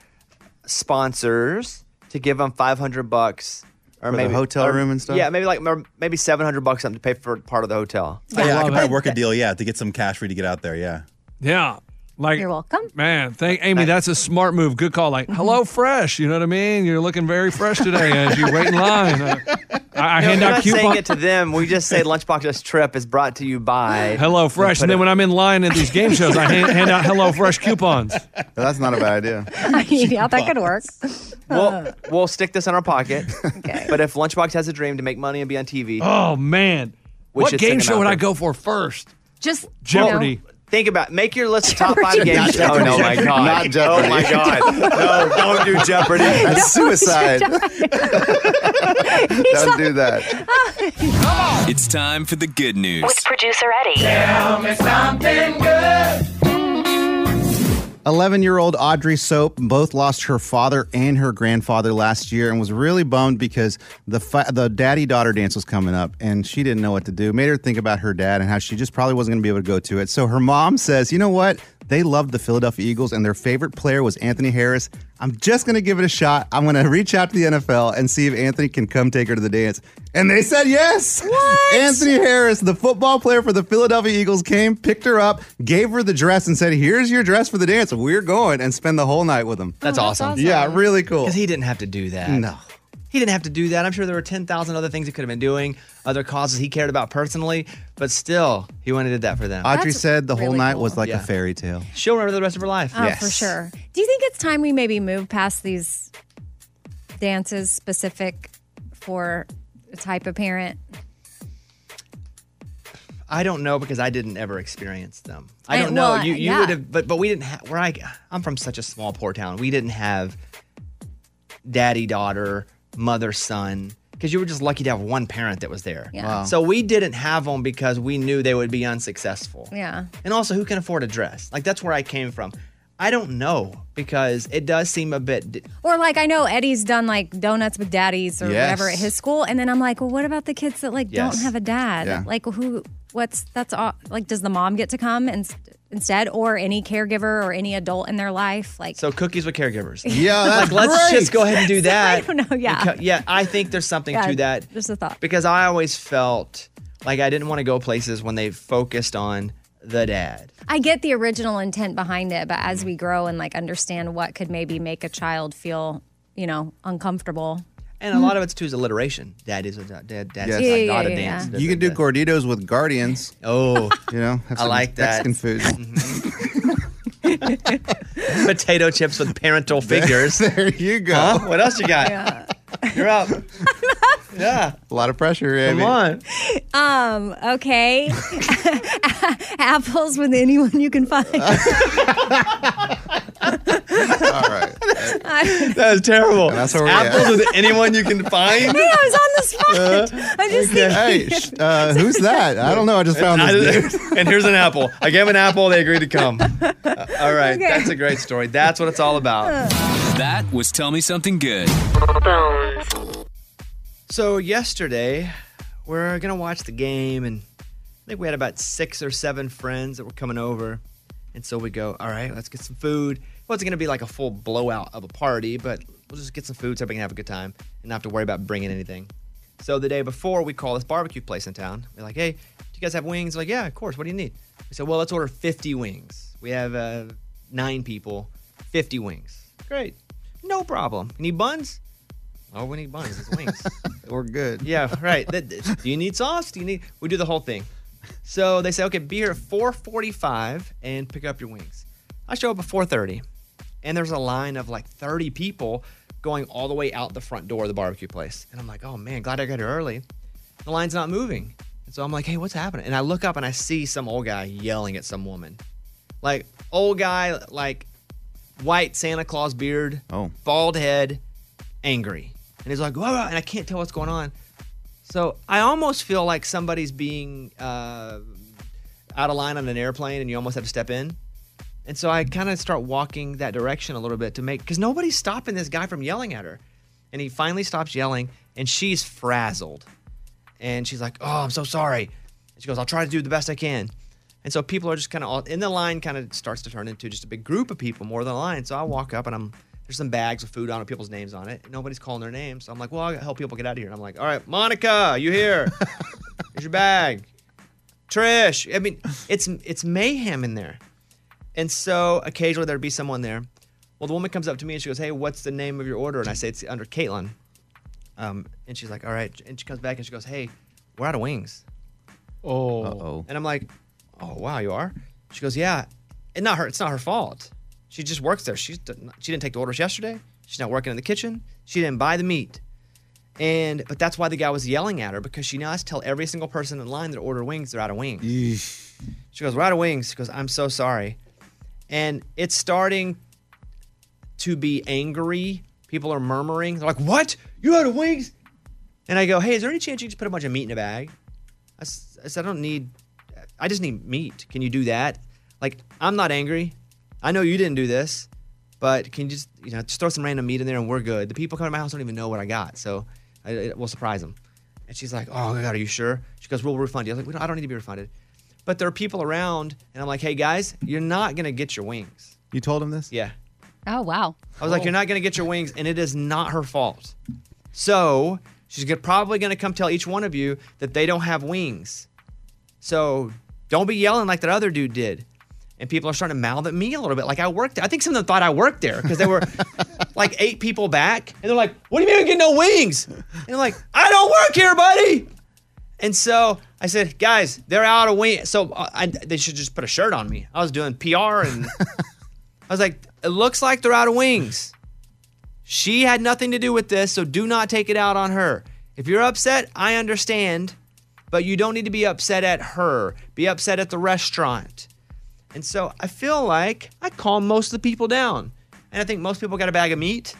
sponsors to give him five hundred bucks, or
For the
maybe
hotel
or-
room and stuff?
Yeah, maybe like or maybe seven hundred bucks something to pay for part of the hotel.
Oh, yeah, I could probably work a deal, yeah, to get some cash for you to get out there, yeah.
Yeah. Like
You're welcome.
Man, thank Amy. That's a smart move. Good call.
Mm-hmm.
Like, hello, fresh. You know what I mean? You're looking very fresh today as you wait in line. Uh, I, I
No,
hand
we're
out
not saying
coupons.
it to them. We just say Lunchbox's trip is brought to you by
Hello Fresh, and then when I'm in line at these game shows, I hand, hand out Hello Fresh coupons.
that's not a bad idea.
yeah, that could work. Uh,
We'll, we'll stick this in our pocket. But if Lunchbox has a dream to make money and be on TV,
Oh man,
We
what
should send
game
them
show
out
would I
there.
go for first?
Just you
Jeopardy.
Well, think about make your list of top five
Jeopardy.
games.
Not
Oh no, my
Jeopardy.
god!
Not
Oh my
Jeopardy.
god! no, don't do Jeopardy.
That's suicide.
Don't
do that.
It's time for the good news.
With producer Eddie. Tell me
something
good.
11 year old Audrey Soap both lost her father and her grandfather last year and was really bummed because the, fa- the daddy daughter dance was coming up and she didn't know what to do. Made her think about her dad and how she just probably wasn't going to be able to go to it. So her mom says, You know what? They loved the Philadelphia Eagles and their favorite player was Anthony Harris. I'm just going to give it a shot. I'm going to reach out to the NFL and see if Anthony can come take her to the dance. And they said yes. Anthony Harris, the football player for the Philadelphia Eagles, came, picked her up, gave her the dress, and said, Here's your dress for the dance. We're going and spend the whole night with him.
That's Oh, that's awesome. awesome.
Yeah, really cool. Because
he didn't have to do that.
No.
He didn't have to do that. I'm sure there were 10,000 other things he could have been doing, other causes he cared about personally, but still, he went and did that for them.
Audrey said the whole night was like
Yeah.
a fairy tale.
She'll remember the rest of her life.
Oh, for sure. Do you think it's time we maybe move past these dances specific for a type of parent?
I don't know because I didn't ever experience them. I
I-
don't know.
well,
you you
yeah.
would have, but but we didn't have. Where I I'm from such a small poor town. We didn't have daddy daughter, mother son. Because you were just lucky to have one parent that was there.
Yeah. Wow.
So we didn't have them because we knew they would be unsuccessful.
Yeah.
And also, who can afford a dress? Like that's where I came from. I don't know because it does seem a bit. d-
Or like I know Eddie's done like donuts with daddies or
Yes.
whatever at his school, and then I'm like, well, what about the kids that like
Yes.
don't have a dad?
Yeah.
Like who? What's that's all? Like, does the mom get to come and s- instead, or any caregiver or any adult in their life. Like,
So cookies with caregivers.
Yeah,
like
that's
let's
great.
just go ahead and do that.
I don't know. Yeah.
Because- yeah, I think there's something
Yeah,
to that
Just a thought.
because I always felt like I didn't want to go places when they focused on the dad.
I get the original intent behind it, but as we grow and like understand what could maybe make a child feel, you know, uncomfortable.
And
Mm-hmm.
a lot of it's too is alliteration. Dad is a da- dad. Dad's
Yes.
a
Yeah, yeah,
gotta
yeah,
dance.
yeah.
da-
You
da-
can do
da.
gorditos with guardians.
Oh,
you know, have
I
some
like that.
Mexican food.
potato chips with parental figures.
There you go.
What else you got? You're up. yeah.
A lot of pressure. Come
on.
Um, okay. Apples with anyone you can find.
All right.
That was terrible.
That's where we're
Apples
at.
with anyone you can
hey, I
find.
was on the spot.
Uh,
I'm just
Hey,
thinking.
sh- uh, who's that? I don't know. I just found
I-
this dude.
and here's an apple. I gave him an apple. They agreed to come. Uh, all right,
Okay.
that's a great story. That's what it's all about.
That was Tell Me Something Good.
So yesterday, we're gonna watch the game, and I think we had about six or seven friends that were coming over, and so we go, all right, let's get some food. Well, it's gonna be like a full blowout of a party, but we'll just get some food so we can have a good time and not have to worry about bringing anything. So the day before, we call this barbecue place in town. We're like, hey, do you guys have wings? Like, yeah, of course. What do you need? We said, well, let's order 50 wings. We have uh, nine people, 50 wings. Great. No problem. Any buns? Oh, we need buns. It's wings.
We're good.
Yeah, right. That- that- do you need sauce? Do you need? We do the whole thing. So they say, okay, be here at 4:45 and pick up your wings. I show up at 4:30, and there's a line of like 30 people going all the way out the front door of the barbecue place, and I'm like, oh man, glad I got here early. The line's not moving, and so I'm like, hey, what's happening? And I look up and I see some old guy yelling at some woman, like old guy, like white Santa Claus beard,
oh.
bald head, angry, and he's like, whoa, whoa," and I can't tell what's going on. So I almost feel like somebody's being uh, out of line on an airplane, and you almost have to step in. And so I kind of start walking that direction a little bit to make because nobody's stopping this guy from yelling at her, and he finally stops yelling, and she's frazzled, and she's like, "Oh, I'm so sorry." And she goes, "I'll try to do the best I can." And so people are just kind of all in the line, kind of starts to turn into just a big group of people more than a line. So I walk up and I'm there's some bags with food on it, people's names on it. Nobody's calling their names. So I'm like, well, I'll help people get out of here. And I'm like, all right, Monica, you here? Here's your bag. Trish. I mean, it's it's mayhem in there. And so occasionally there'd be someone there. Well, the woman comes up to me and she goes, Hey, what's the name of your order? And I say it's under Caitlin. Um, and she's like, All right. And she comes back and she goes, Hey, we're out of wings.
Oh.
And I'm like, oh wow, you are. She goes, yeah. And not her. It's not her fault. She just works there. She's done- she didn't take the orders yesterday. She's not working in the kitchen. She didn't buy the meat. And but that's why the guy was yelling at her because she now has to tell every single person in line that ordered wings they're out of wings. She goes, we're out of wings. She goes, I'm so sorry. And it's starting to be angry. People are murmuring. They're like, what? You out of wings? And I go, hey, is there any chance you just put a bunch of meat in a bag? I, s- I said, I don't need, I just need meat. Can you do that? Like, I'm not angry. I know you didn't do this, but can you just, you know, just throw some random meat in there and we're good. The people coming to my house don't even know what I got. So I, it will surprise them. And she's like, oh, my God, are you sure? She goes, we'll refund you. I was like, we don't, I don't need to be refunded. But there are people around, and I'm like, hey, guys, you're not going to get your wings.
You told him this?
Yeah.
Oh wow.
I was like, you're not going to get your wings, and it is not her fault. So she's go- probably going to come tell each one of you that they don't have wings. So don't be yelling like that other dude did. And people are starting to mouth at me a little bit. Like I worked there. I think some of them thought I worked there because they were like eight people back. And they're like, what do you mean I get no wings? And I'm like, I don't work here, buddy. And so I said, guys, they're out of wings. So uh, I, they should just put a shirt on me. I was doing PR and I was like, it looks like they're out of wings. She had nothing to do with this, so do not take it out on her. If you're upset, I understand, but you don't need to be upset at her. Be upset at the restaurant. And so I feel like I calmed most of the people down. And I think most people got a bag of meat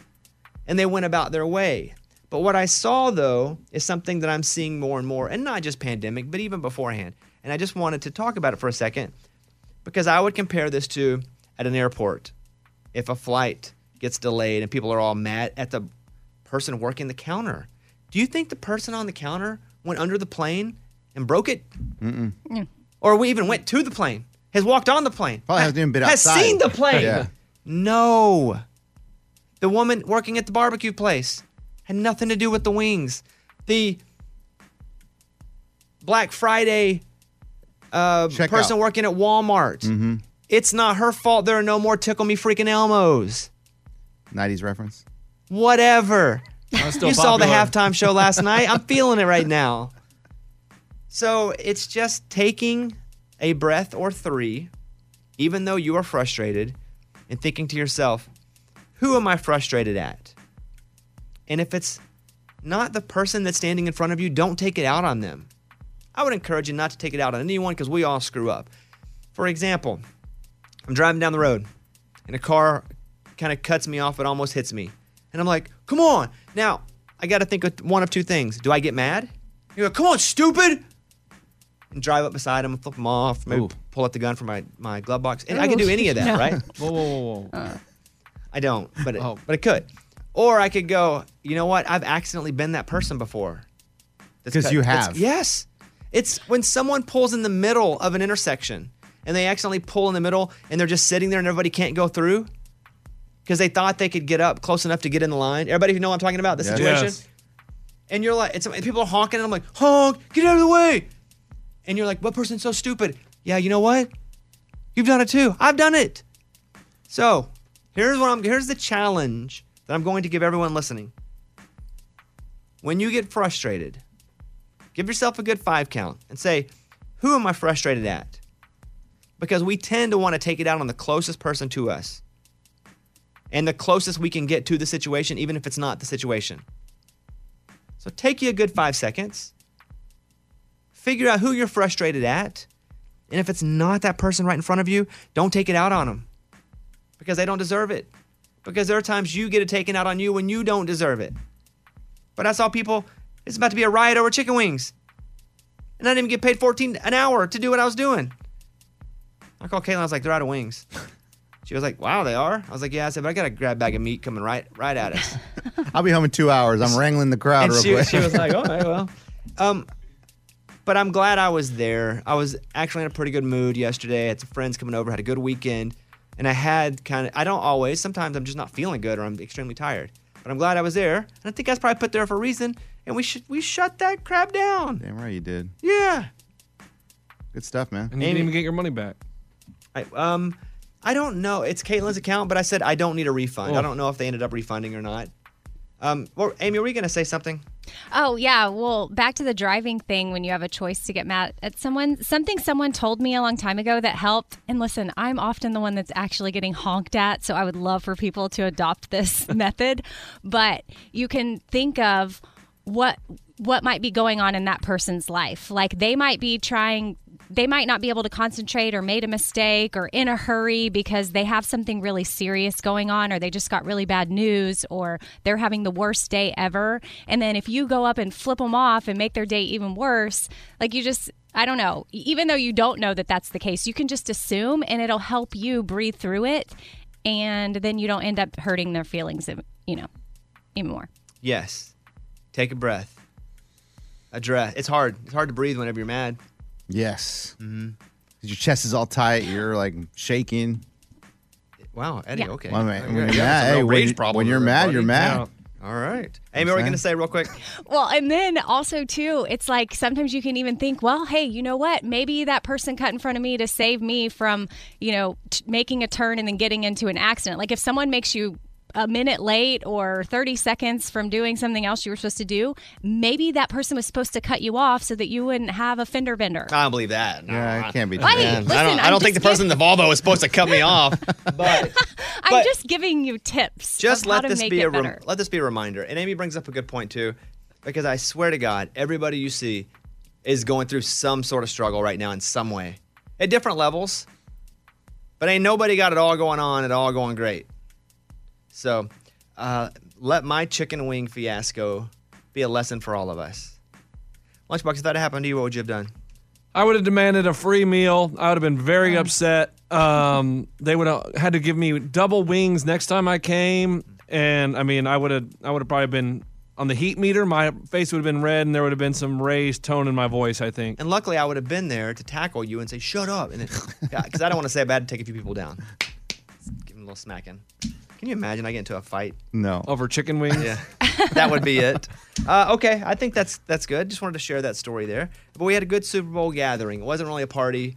and they went about their way. But what I saw though is something that I'm seeing more and more, and not just pandemic, but even beforehand. And I just wanted to talk about it for a second because I would compare this to at an airport. If a flight gets delayed and people are all mad at the person working the counter, do you think the person on the counter went under the plane and broke it?
Mm-mm.
Or we even went to the plane has walked on the plane.
Probably hasn't even been
has
outside.
seen the plane.
Yeah.
No. The woman working at the barbecue place had nothing to do with the wings. The Black Friday uh,
Checkout.
person working at Walmart. It's not her fault there are no more Tickle Me Freaking Elmos.
90s reference.
Whatever. You
still
saw the
popular.
halftime show last night. I'm feeling it right now. So it's just taking a breath or three, even though you are frustrated, and thinking to yourself, who am I frustrated at? And if it's not the person that's standing in front of you, don't take it out on them. I would encourage you not to take it out on anyone because we all screw up. For example, I'm driving down the road and a car kind of cuts me off, it almost hits me. And I'm like, come on. Now, I got to think of one of two things. Do I get mad? You go, come on, stupid. And drive up beside him, flip him off, maybe pull out the gun from my, my glove box. And I can do any of that,
No.
right?
Whoa, whoa, whoa, Oh. whoa.
I don't, but it, but it could. Or I could go, you know what? I've accidentally been that person before. That's
'Cause
cut-
you
that's-
have.
yes. It's when someone pulls in the middle of an intersection and they accidentally pull in the middle and they're just sitting there and everybody can't go through because they thought they could get up close enough to get in the line. Everybody, if you know what I'm talking about, the
Yes.
situation.
Yes.
And you're like, it's, and people are honking and I'm like, honk, get out of the way. And you're like, what person's so stupid? Yeah, you know what? You've done it too. I've done it. So here's what I'm here's the challenge that I'm going to give everyone listening. When you get frustrated, give yourself a good five count and say, who am I frustrated at? Because we tend to want to take it out on the closest person to us. And the closest we can get to the situation, even if it's not the situation. So take you a good five seconds. Figure out who you're frustrated at. And if it's not that person right in front of you, don't take it out on them because they don't deserve it. Because there are times you get it taken out on you when you don't deserve it. But I saw people, it's about to be a riot over chicken wings. And I didn't even get paid 14 an hour to do what I was doing. I called Caitlin, I was like, they're out of wings. She was like, wow, they are? I was like, yeah. I said, but I got a grab bag of meat coming right right at us.
I'll be home in two hours. I'm wrangling the crowd
and
real
she,
quick.
she was like, "Oh." all right, well. Um, but I'm glad I was there. I was actually in a pretty good mood yesterday. I had some friends coming over, had a good weekend. And I had kind of, I don't always, sometimes I'm just not feeling good or I'm extremely tired. But I'm glad I was there. And I think I was probably put there for a reason. And we should, we shut that crap down.
Damn right you did.
Yeah.
Good stuff, man.
And you didn't even
get your money back.
I, um, I don't know. It's Caitlin's account, but I said I don't need a refund.
Oh.
I don't know if they ended up refunding or not. Um, well, Amy, were you going to say something?
Oh, yeah. Well, back to the driving thing when you have a choice to get mad at someone. Something someone told me a long time ago that helped. And listen, I'm often the one that's actually getting honked at. So I would love for people to adopt this method. But you can think of what what might be going on in that person's life like they might be trying they might not be able to concentrate or made a mistake or in a hurry because they have something really serious going on or they just got really bad news or they're having the worst day ever and then if you go up and flip them off and make their day even worse like you just I don't know. E, Even though you don't know that that's the case, you can just assume and it'll help you breathe through it and then you don't end up hurting their feelings, you know, even more.
Yes. Take a breath. Address. It's hard. It's hard to breathe whenever you're mad.
Yes.
Mm-hmm.
'Cause Your chest is all tight. You're like shaking.
Wow, Eddie.
Yeah.
Okay.
Well, man,
Okay,
when you're
yeah,
mad-
some real
hey, when
rage
you-
problems
when you're
there,
mad,
buddy.
you're mad.
All right. Amy, what are we
saying?
gonna say real quick?
Well, and then also too, it's like sometimes you can even think, well, hey, you know what? Maybe that person cut in front of me to save me from, you know, t- making a turn and then getting into an accident. Like if someone makes you a minute late or 30 seconds from doing something else you were supposed to do, maybe that person was supposed to cut you off so that you wouldn't have a fender bender.
I don't believe that. No, yeah,
it can't be
Buddy, true. listen,
I don't, I
I'm
don't think the
just
person in the Volvo is supposed to cut me off.
I'm just giving you tips.
Just
of how
let
to
this
make
be
it
a rem-
better.
let this be a reminder. And Amy brings up a good point too, because I swear to God, everybody you see is going through some sort of struggle right now in some way, at different levels. But ain't nobody got it all going on, it all going great. So, uh, let my chicken wing fiasco be a lesson for all of us. Lunchbox, if that had happened to you, what would you have done?
I would have demanded a free meal. I would have been very upset. Um, they would have had to give me double wings next time I came, and I mean, I would have, I would have probably been on the heat meter, my face would have been red and there would have been some raised tone in my voice, I think.
And luckily, I would have been there to tackle you and say, shut up. And then, yeah, because I don't want to say bad and take a few people down. Just give him a little smacking. Can you imagine I get into a fight?
No.
Over chicken wings?
Yeah. that would be it. Uh, okay, I think that's that's good. Just wanted to share that story there. But we had a good Super Bowl gathering. It wasn't really a party.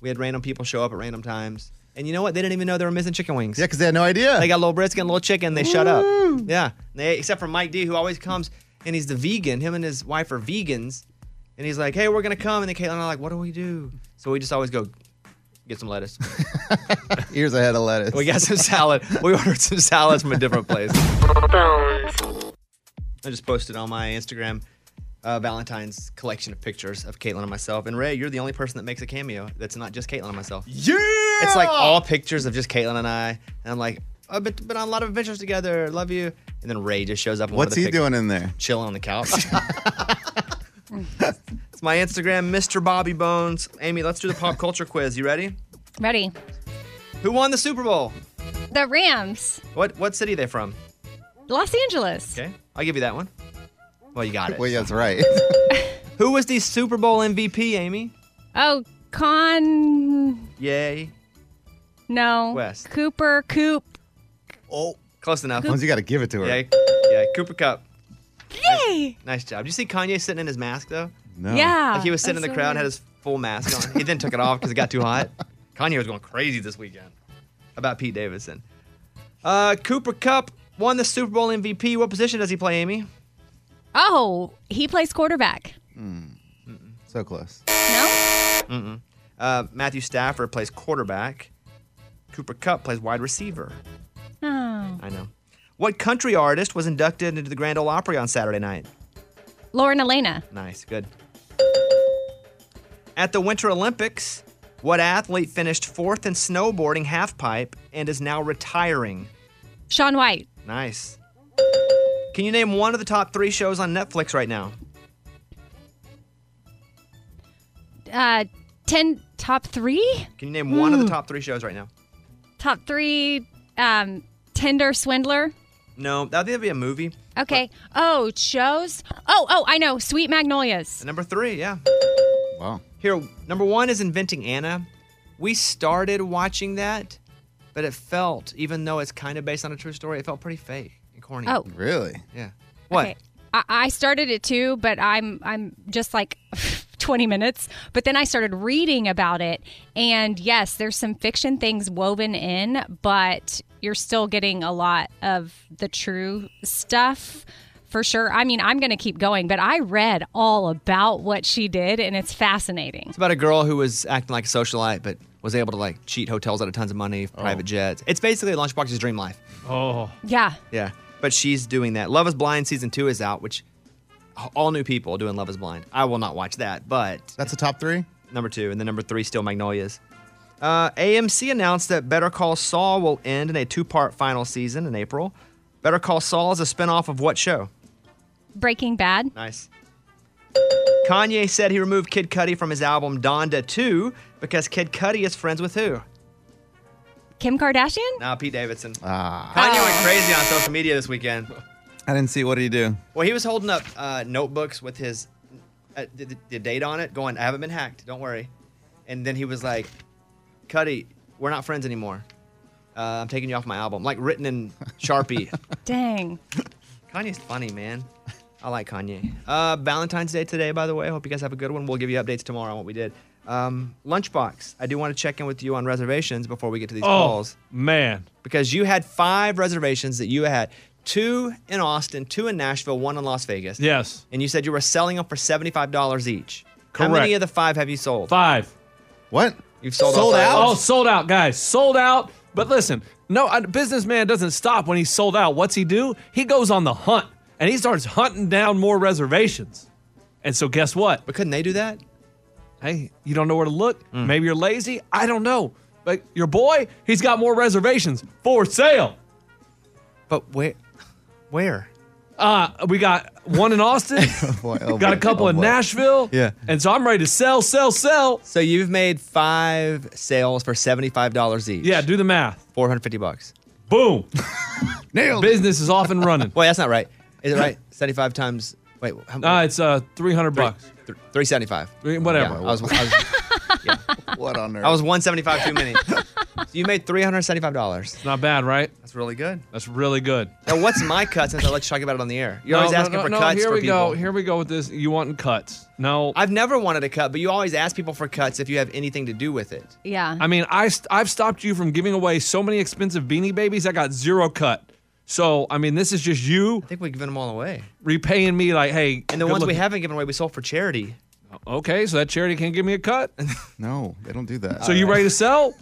We had random people show up at random times. And you know what? They didn't even know they were missing chicken wings. Yeah,
because they had no idea.
They got a little brisket and a little chicken. They shut up. Yeah. They, except for Mike D, who always comes and he's the vegan. Him and his wife are vegans. And he's like, hey, we're going to come. And then Caitlin and I are like, what do we do? So we just always go, get some lettuce.
Here's a head of lettuce.
We got some salad. We ordered some salads from a different place. I just posted on my Instagram uh, Valentine's collection of pictures of Caitlin and myself. And Ray, you're the only person that makes a cameo that's not just Caitlin and myself.
Yeah!
It's like all pictures of just Caitlin and I. And I'm like, I've been, been on a lot of adventures together. Love you. And then Ray just shows up. in one of
What's
the
he
pictures,
doing in there?
Chilling on the couch. it's my Instagram, Mr. Bobby Bones. Amy, let's do the pop culture quiz. You ready?
Ready?
Who won the Super Bowl?
The Rams,
What what city are they from?
Los Angeles.
Okay, I'll give you that one. Well, you got it.
Well, yeah, that's right.
Who was the Super Bowl MVP, Amy?
Oh, Con.
Yay.
No.
West.
Cooper, Coop.
Oh,
close enough.
Ones you got to give it to her.
Yeah, yeah, Cooper Cup.
Yay!
Nice job. Did you see Kanye sitting in his mask though?
No.
Yeah,
Like he was sitting in the
that's so
crowd, had
weird.
his full mask on. He then took it off because it got too hot. Kanye was going crazy this weekend about Pete Davidson. Uh, Cooper Cup won the Super Bowl MVP. What position does he play, Amy?
Oh, he plays quarterback.
So close.
Mm-mm. Uh, Matthew Stafford plays quarterback. Cooper Cup plays wide receiver.
Oh.
I know. What country artist was inducted into the Grand Ole Opry on Saturday night?
Lauren Elena.
Nice, good. At the Winter Olympics, what athlete finished fourth in snowboarding halfpipe and is now retiring?
Sean White.
Nice. Can you name one of the top three shows on Netflix right now?
Uh, 10 top three?
Can you name one of the top three shows right now?
Top three um, Tinder swindler.
No, that would be a movie.
Okay. Oh, shows. Oh, oh, I know. Sweet Magnolias.
Number three, yeah.
Wow.
Here, number one is Inventing Anna. We started watching that, but it felt, even though it's kind of based on a true story, it felt pretty fake and corny.
Oh.
Really?
Yeah. What?
Okay. I, I started it too, but I'm I'm just like 20 minutes. But then I started reading about it, and yes, there's some fiction things woven in, but you're still getting a lot of the true stuff. For sure. I mean, I'm going to keep going, but I read all about what she did, and it's fascinating.
It's about a girl who was acting like a socialite, but was able to like cheat hotels out of tons of money,
Oh.
private jets. It's basically Lunchbox's dream life.
Oh.
Yeah.
Yeah. But she's doing that. Love is Blind season two is out, which all new people doing Love is Blind. I will not watch that, but.
That's the top three?
Number two. And then number three, still Magnolias. Uh, AMC announced that Better Call Saul will end in a two part final season in April. Better Call Saul is a spinoff of what show?
Breaking Bad.
Nice. Kanye said he removed Kid Cudi from his album Donda 2 because Kid Cudi is friends with who?
Kim Kardashian?
Now Pete Davidson.
Ah.
Kanye went crazy on social media this weekend.
I didn't see. What did he do?
Well, he was holding up uh, notebooks with his uh, the, the date on it, going, "I haven't been hacked. Don't worry." And then he was like, "Cuddy, we're not friends anymore. Uh, I'm taking you off my album." Like written in Sharpie.
Dang.
Kanye's funny, man. I like Kanye. Uh, Valentine's Day today, by the way. Hope you guys have a good one. We'll give you updates tomorrow on what we did. Um, Lunchbox, I do want to check in with you on reservations before we get to these
Oh,
calls.
man.
Because you had five reservations that you had two in Austin, two in Nashville, one in Las Vegas.
Yes.
And you said you were selling them for $75 each. How many
Correct.
of the five have you sold?
Five.
What?
You've sold, all
sold
five?
out. Oh, sold out, guys. Sold out. But listen, no, a businessman doesn't stop when he's sold out. What's he do? He goes on the hunt and he starts hunting down more reservations. And so, guess what?
But couldn't they do that? Mm.
Hey, you don't know where to look. Maybe you're lazy. I don't know. But your boy, he's got more reservations for sale.
But where? Where?
Uh, we got one in Austin.
Boy, oh
got a
boy,
couple
oh
in
boy.
Nashville.
Yeah.
And so I'm ready to sell, sell, sell.
So you've made five sales for $75 each.
Yeah, do the math.
450 bucks.
Boom.
Nailed. it.
Business is off and running.
Wait, that's not right. Is it right? 75 times. Wait, how
Uh, it's uh, 300 bucks.
375.
Three, whatever.
Yeah, I was, I was,
What on earth?
I was 175 too many. so you made $375. It's
not bad, right?
That's really good.
That's really good.
Now, what's my cut since I let you talk about it on the air? You're
No,
always
no,
asking
no,
for
no,
cuts
Here
for
we
people.
go. Here we go with this. You want cuts? No.
I've never wanted a cut, but you always ask people for cuts if you have anything to do with it.
Yeah.
I mean, I st- I've stopped you from giving away so many expensive beanie babies. I got zero cut. So I mean, this is just you
I think we've given them all away.
repaying me like, hey.
And the
good
ones we
looking- Oh,
haven't given away, we sold for charity.
Okay, so that charity can't give me a cut.
no, they don't do that.
So you ready to sell?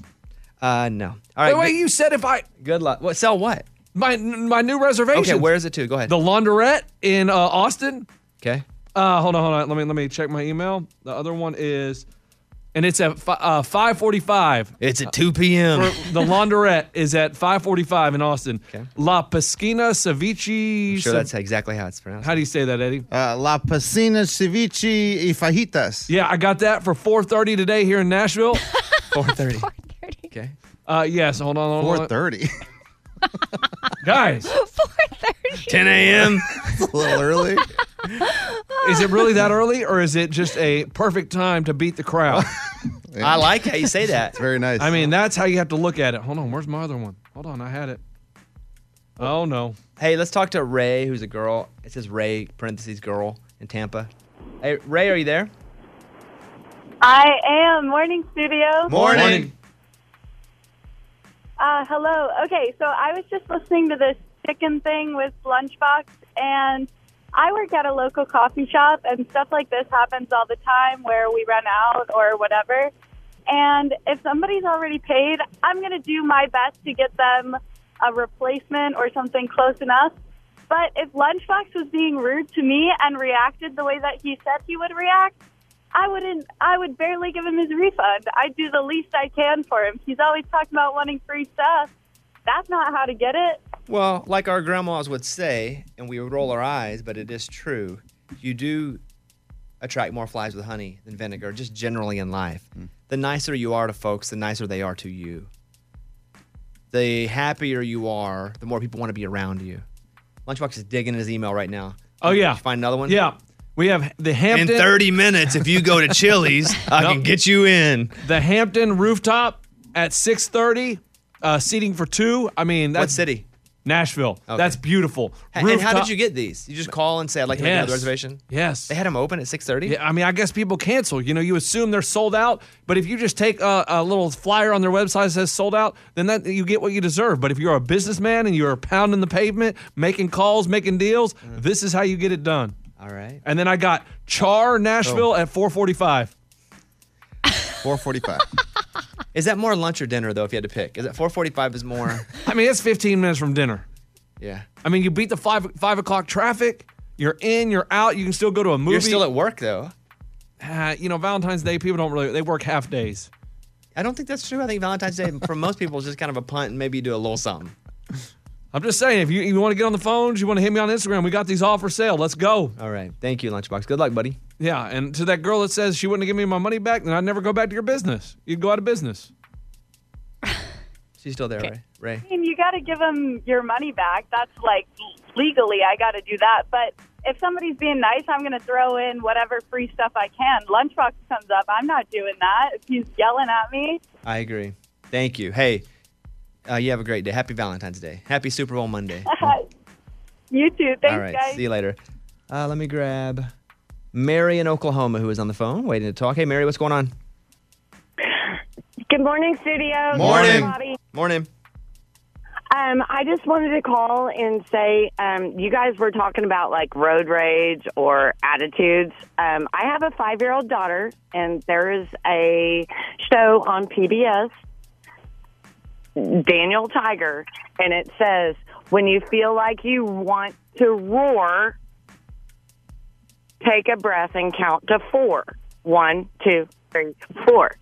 Uh, no. All
All
right.
right. Wait, wait, you said if I
good luck. What sell what?
My my new reservation.
Okay, where is it to? Go ahead.
The Laundrette in uh, Austin.
Okay.
Uh, hold on, hold on. Let me let me check my email. The other one is, and it's at fi- uh, five forty-five.
It's at two p.m.
the Laundrette is at five forty-five in Austin. La Pesquina Ceviche.
sure that's exactly how it's pronounced.
How do you say that, Eddie?
Uh, La Piscina Ceviche y Fajitas.
Yeah, I got that for four thirty today here in Nashville.
four thirty. Okay.
Uh, yes. Hold on. Hold on.
Four thirty.
Guys. Four
thirty.
10 a.m.
it's a little early.
Is it really that early, or is it just a perfect time to beat the crowd?
I like how you say that. It's
very nice.
I mean, that's how you have to look at it. Hold on, where's my other one? Hold on, I had it. Oh no.
Hey, let's talk to Ray, who's a girl. It says Ray parentheses girl in Tampa. Hey, Ray, are you there?
I am. Morning, studio. Uh, hello. Okay, so I was just listening to this chicken thing with Lunchbox, and I work at a local coffee shop, and stuff like this happens all the time where we run out or whatever. And if somebody's already paid, I'm going to do my best to get them a replacement or something close enough. But if Lunchbox was being rude to me and reacted the way that he said he would react, I wouldn't. I would barely give him his refund. I'd do the least I can for him. He's always talking about wanting free stuff. That's not how to get it.
Well, like our grandmas would say, and we would roll our eyes, but it is true. You do attract more flies with honey than vinegar, just generally in life.
Hmm.
The nicer you are to folks, the nicer they are to you. The happier you are, the more people want to be around you. Lunchbox is digging in his email right now.
Oh yeah.
Find another one.
Yeah. We have the Hampton.
In 30 minutes, if you go to Chili's, I can get you in.
The Hampton rooftop at 6:30, uh, seating for two. I mean, that's
city?
Nashville. That's beautiful.
And, and how
Rooftop-
did you get these? You just call and say, I'd like to make
Yes.
another reservation?
Yes. They
had them open at 6:30.
Yeah, I mean, I guess people cancel. You know, you assume they're sold out, but if you just take a, a little flyer on their website that says sold out, then that you get what you deserve. But if you're a businessman and you're pounding the pavement, making calls, making deals, this is how you get it done.
Mm. All right. Oh.
And then I got Char Nashville at 445.
445.
Is that more lunch or dinner though? If you had to pick, is that 4:45 is more?
I mean, it's 15 minutes from dinner.
Yeah.
I mean, you beat the five five o'clock traffic. You're in, you're out. You can still go to a movie.
You're still at work though.
Uh, you know, Valentine's Day people don't really they work half days.
I don't think that's true. I think Valentine's Day for most people is just kind of a punt, and maybe you do a little something.
I'm just saying, if you, you want to get on the phones, you want to hit me on Instagram, we got these all for sale. Let's go.
All right. Thank you, Lunchbox. Good luck, buddy.
Yeah, and to that girl that says she wouldn't give me my money back, then I'd never go back to your business. You'd go out of business.
She's still there, Ray. Ray.
I mean, you got to give them your money back. That's like legally, I got to do that. But if somebody's being nice, I'm going to throw in whatever free stuff I can. Lunchbox comes up. I'm not doing that. If he's yelling at me,
I agree. Thank you. Hey, uh, you have a great day. Happy Valentine's Day. Happy Super Bowl Monday.
you too. Thanks,
All right.
guys.
See you later. Uh, let me grab Mary in Oklahoma, who is on the phone waiting to talk. Hey, Mary, what's going on?
Good morning, studio.
Morning.
Good Bobby.
Morning.
Um, I just wanted to call and say um, you guys were talking about like road rage or attitudes. Um, I have a five year old daughter, and there is a show on PBS, Daniel Tiger, and it says, when you feel like you want to roar, take a breath and count to four. One, two, three, four.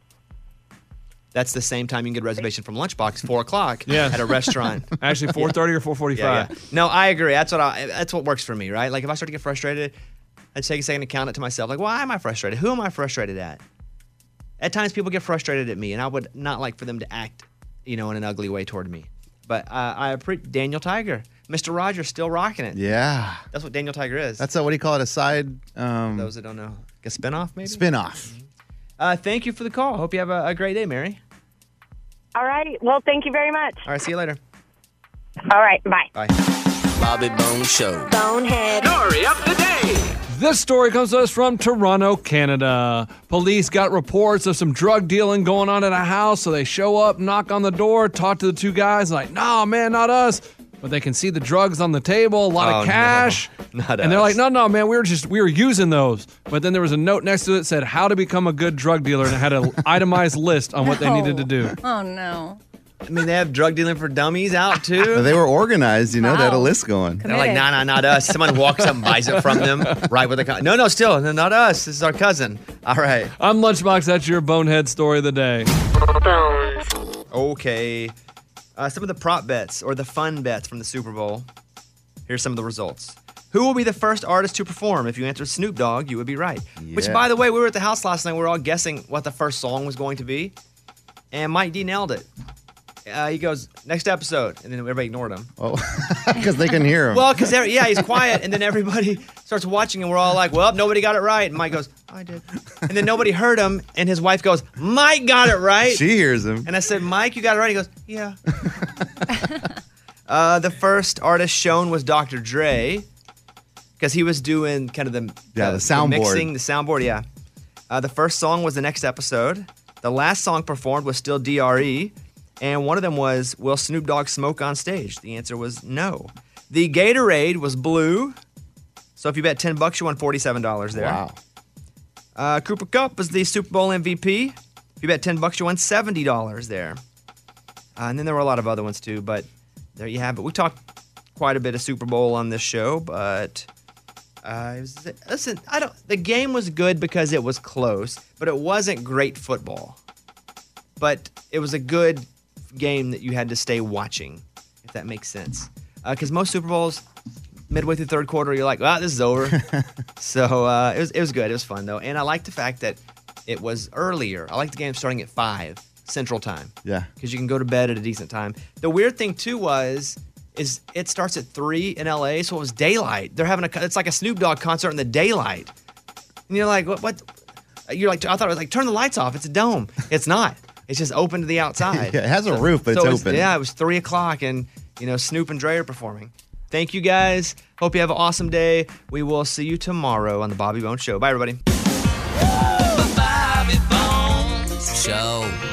That's the same time you can get a reservation from Lunchbox, four o'clock
Yes.
at a restaurant.
Actually, 4:30 or 4:45.
Yeah, yeah. No, I agree. That's what I. That's what works for me, right? Like if I start to get frustrated, I take a second to count it to myself. Like, why am I frustrated? Who am I frustrated at? At times, people get frustrated at me, and I would not like for them to act, you know, in an ugly way toward me. But uh, I appreciate Daniel Tiger. Mr. Rogers still rocking it.
Yeah.
That's what Daniel Tiger is.
That's a, what do you call it? A side. Um,
Those that don't know, like a spinoff maybe.
Spinoff.
Uh, thank you for the call. Hope you have a, a great day, Mary.
All right. Well, thank you very much.
All right, see you later.
All right. Bye.
Bye.
Bobby Bone Show.
Bonehead. Story of the day.
This story comes to us from Toronto, Canada. Police got reports of some drug dealing going on at a house, so they show up, knock on the door, talk to the two guys, like, nah, man, not us. But they can see the drugs on the table, a lot
Oh,
of cash.
no. Not
and they're
us.
like, no, no, man, we were just we were using those. But then there was a note next to it that said how to become a good drug dealer and it had an itemized list on what they needed to do.
Oh no.
I mean, they have drug dealing for dummies out too.
They were organized, you know. They had a
Wow.
list going.
They're like, nah, nah, not us. Someone walks up and buys it from them, right with the con- no, no, still, no, not us. This is our cousin. All right.
I'm Lunchbox. That's your bonehead story of the day.
Okay. Uh, some of the prop bets or the fun bets from the Super Bowl. Here's some of the results. Who will be the first artist to perform? If you answered Snoop Dogg, you would be right. Which,
Yeah.
by the way, we were at the house last night. We were all guessing what the first song was going to be. And Mike D nailed it. Uh, he goes, next episode. And then everybody ignored him.
Oh, because they couldn't hear him.
Well, because yeah, he's quiet, and then everybody starts watching, and we're all like, "Well, nobody got it right." And Mike goes, "I did," and then nobody heard him, and his wife goes, "Mike got it right."
she hears him.
and I said, "Mike, you got it right." He goes,
Yeah.
uh, "The first artist shown was Dr. Dre, because he was doing kind of the
Yeah, the soundboard.
mixing, the soundboard. Yeah, uh, the first song was the next episode. The last song performed was still Dre, and one of them was, "Will Snoop Dogg smoke on stage?" The answer was no. The Gatorade was blue. So if you bet 10 bucks, you won $47 there. Wow. Uh, Cooper Cup was the Super Bowl MVP. If you bet 10 bucks, you won $70 there. Uh, and then there were a lot of other ones too, but there you have it. We talked quite a bit of Super Bowl on this show, but uh, it was, listen, I don't. The game was good because it was close, but it wasn't great football. But it was a good game that you had to stay watching, if that makes sense. Because most Super Bowls, midway through third quarter, you're like, "Well, this is over." so uh, it was it was good. It was fun though, and I liked the fact that it was earlier. I liked the game starting at five Central Time
Yeah.
because you can go to bed at a decent time. The weird thing too was is it starts at three in LA, so it was daylight. They're having a it's like a Snoop Dogg concert in the daylight, and you're like, what? what? You're like, I thought it was like turn the lights off. It's a dome. It's not. It's just open to the outside.
Yeah, it has a roof, but it's
it was-
open.
Yeah, it was three o'clock, and you know Snoop and Dre are performing. Thank you guys. Hope you have an awesome day. We will see you tomorrow on the Bobby Bone Show. Bye everybody.
Show.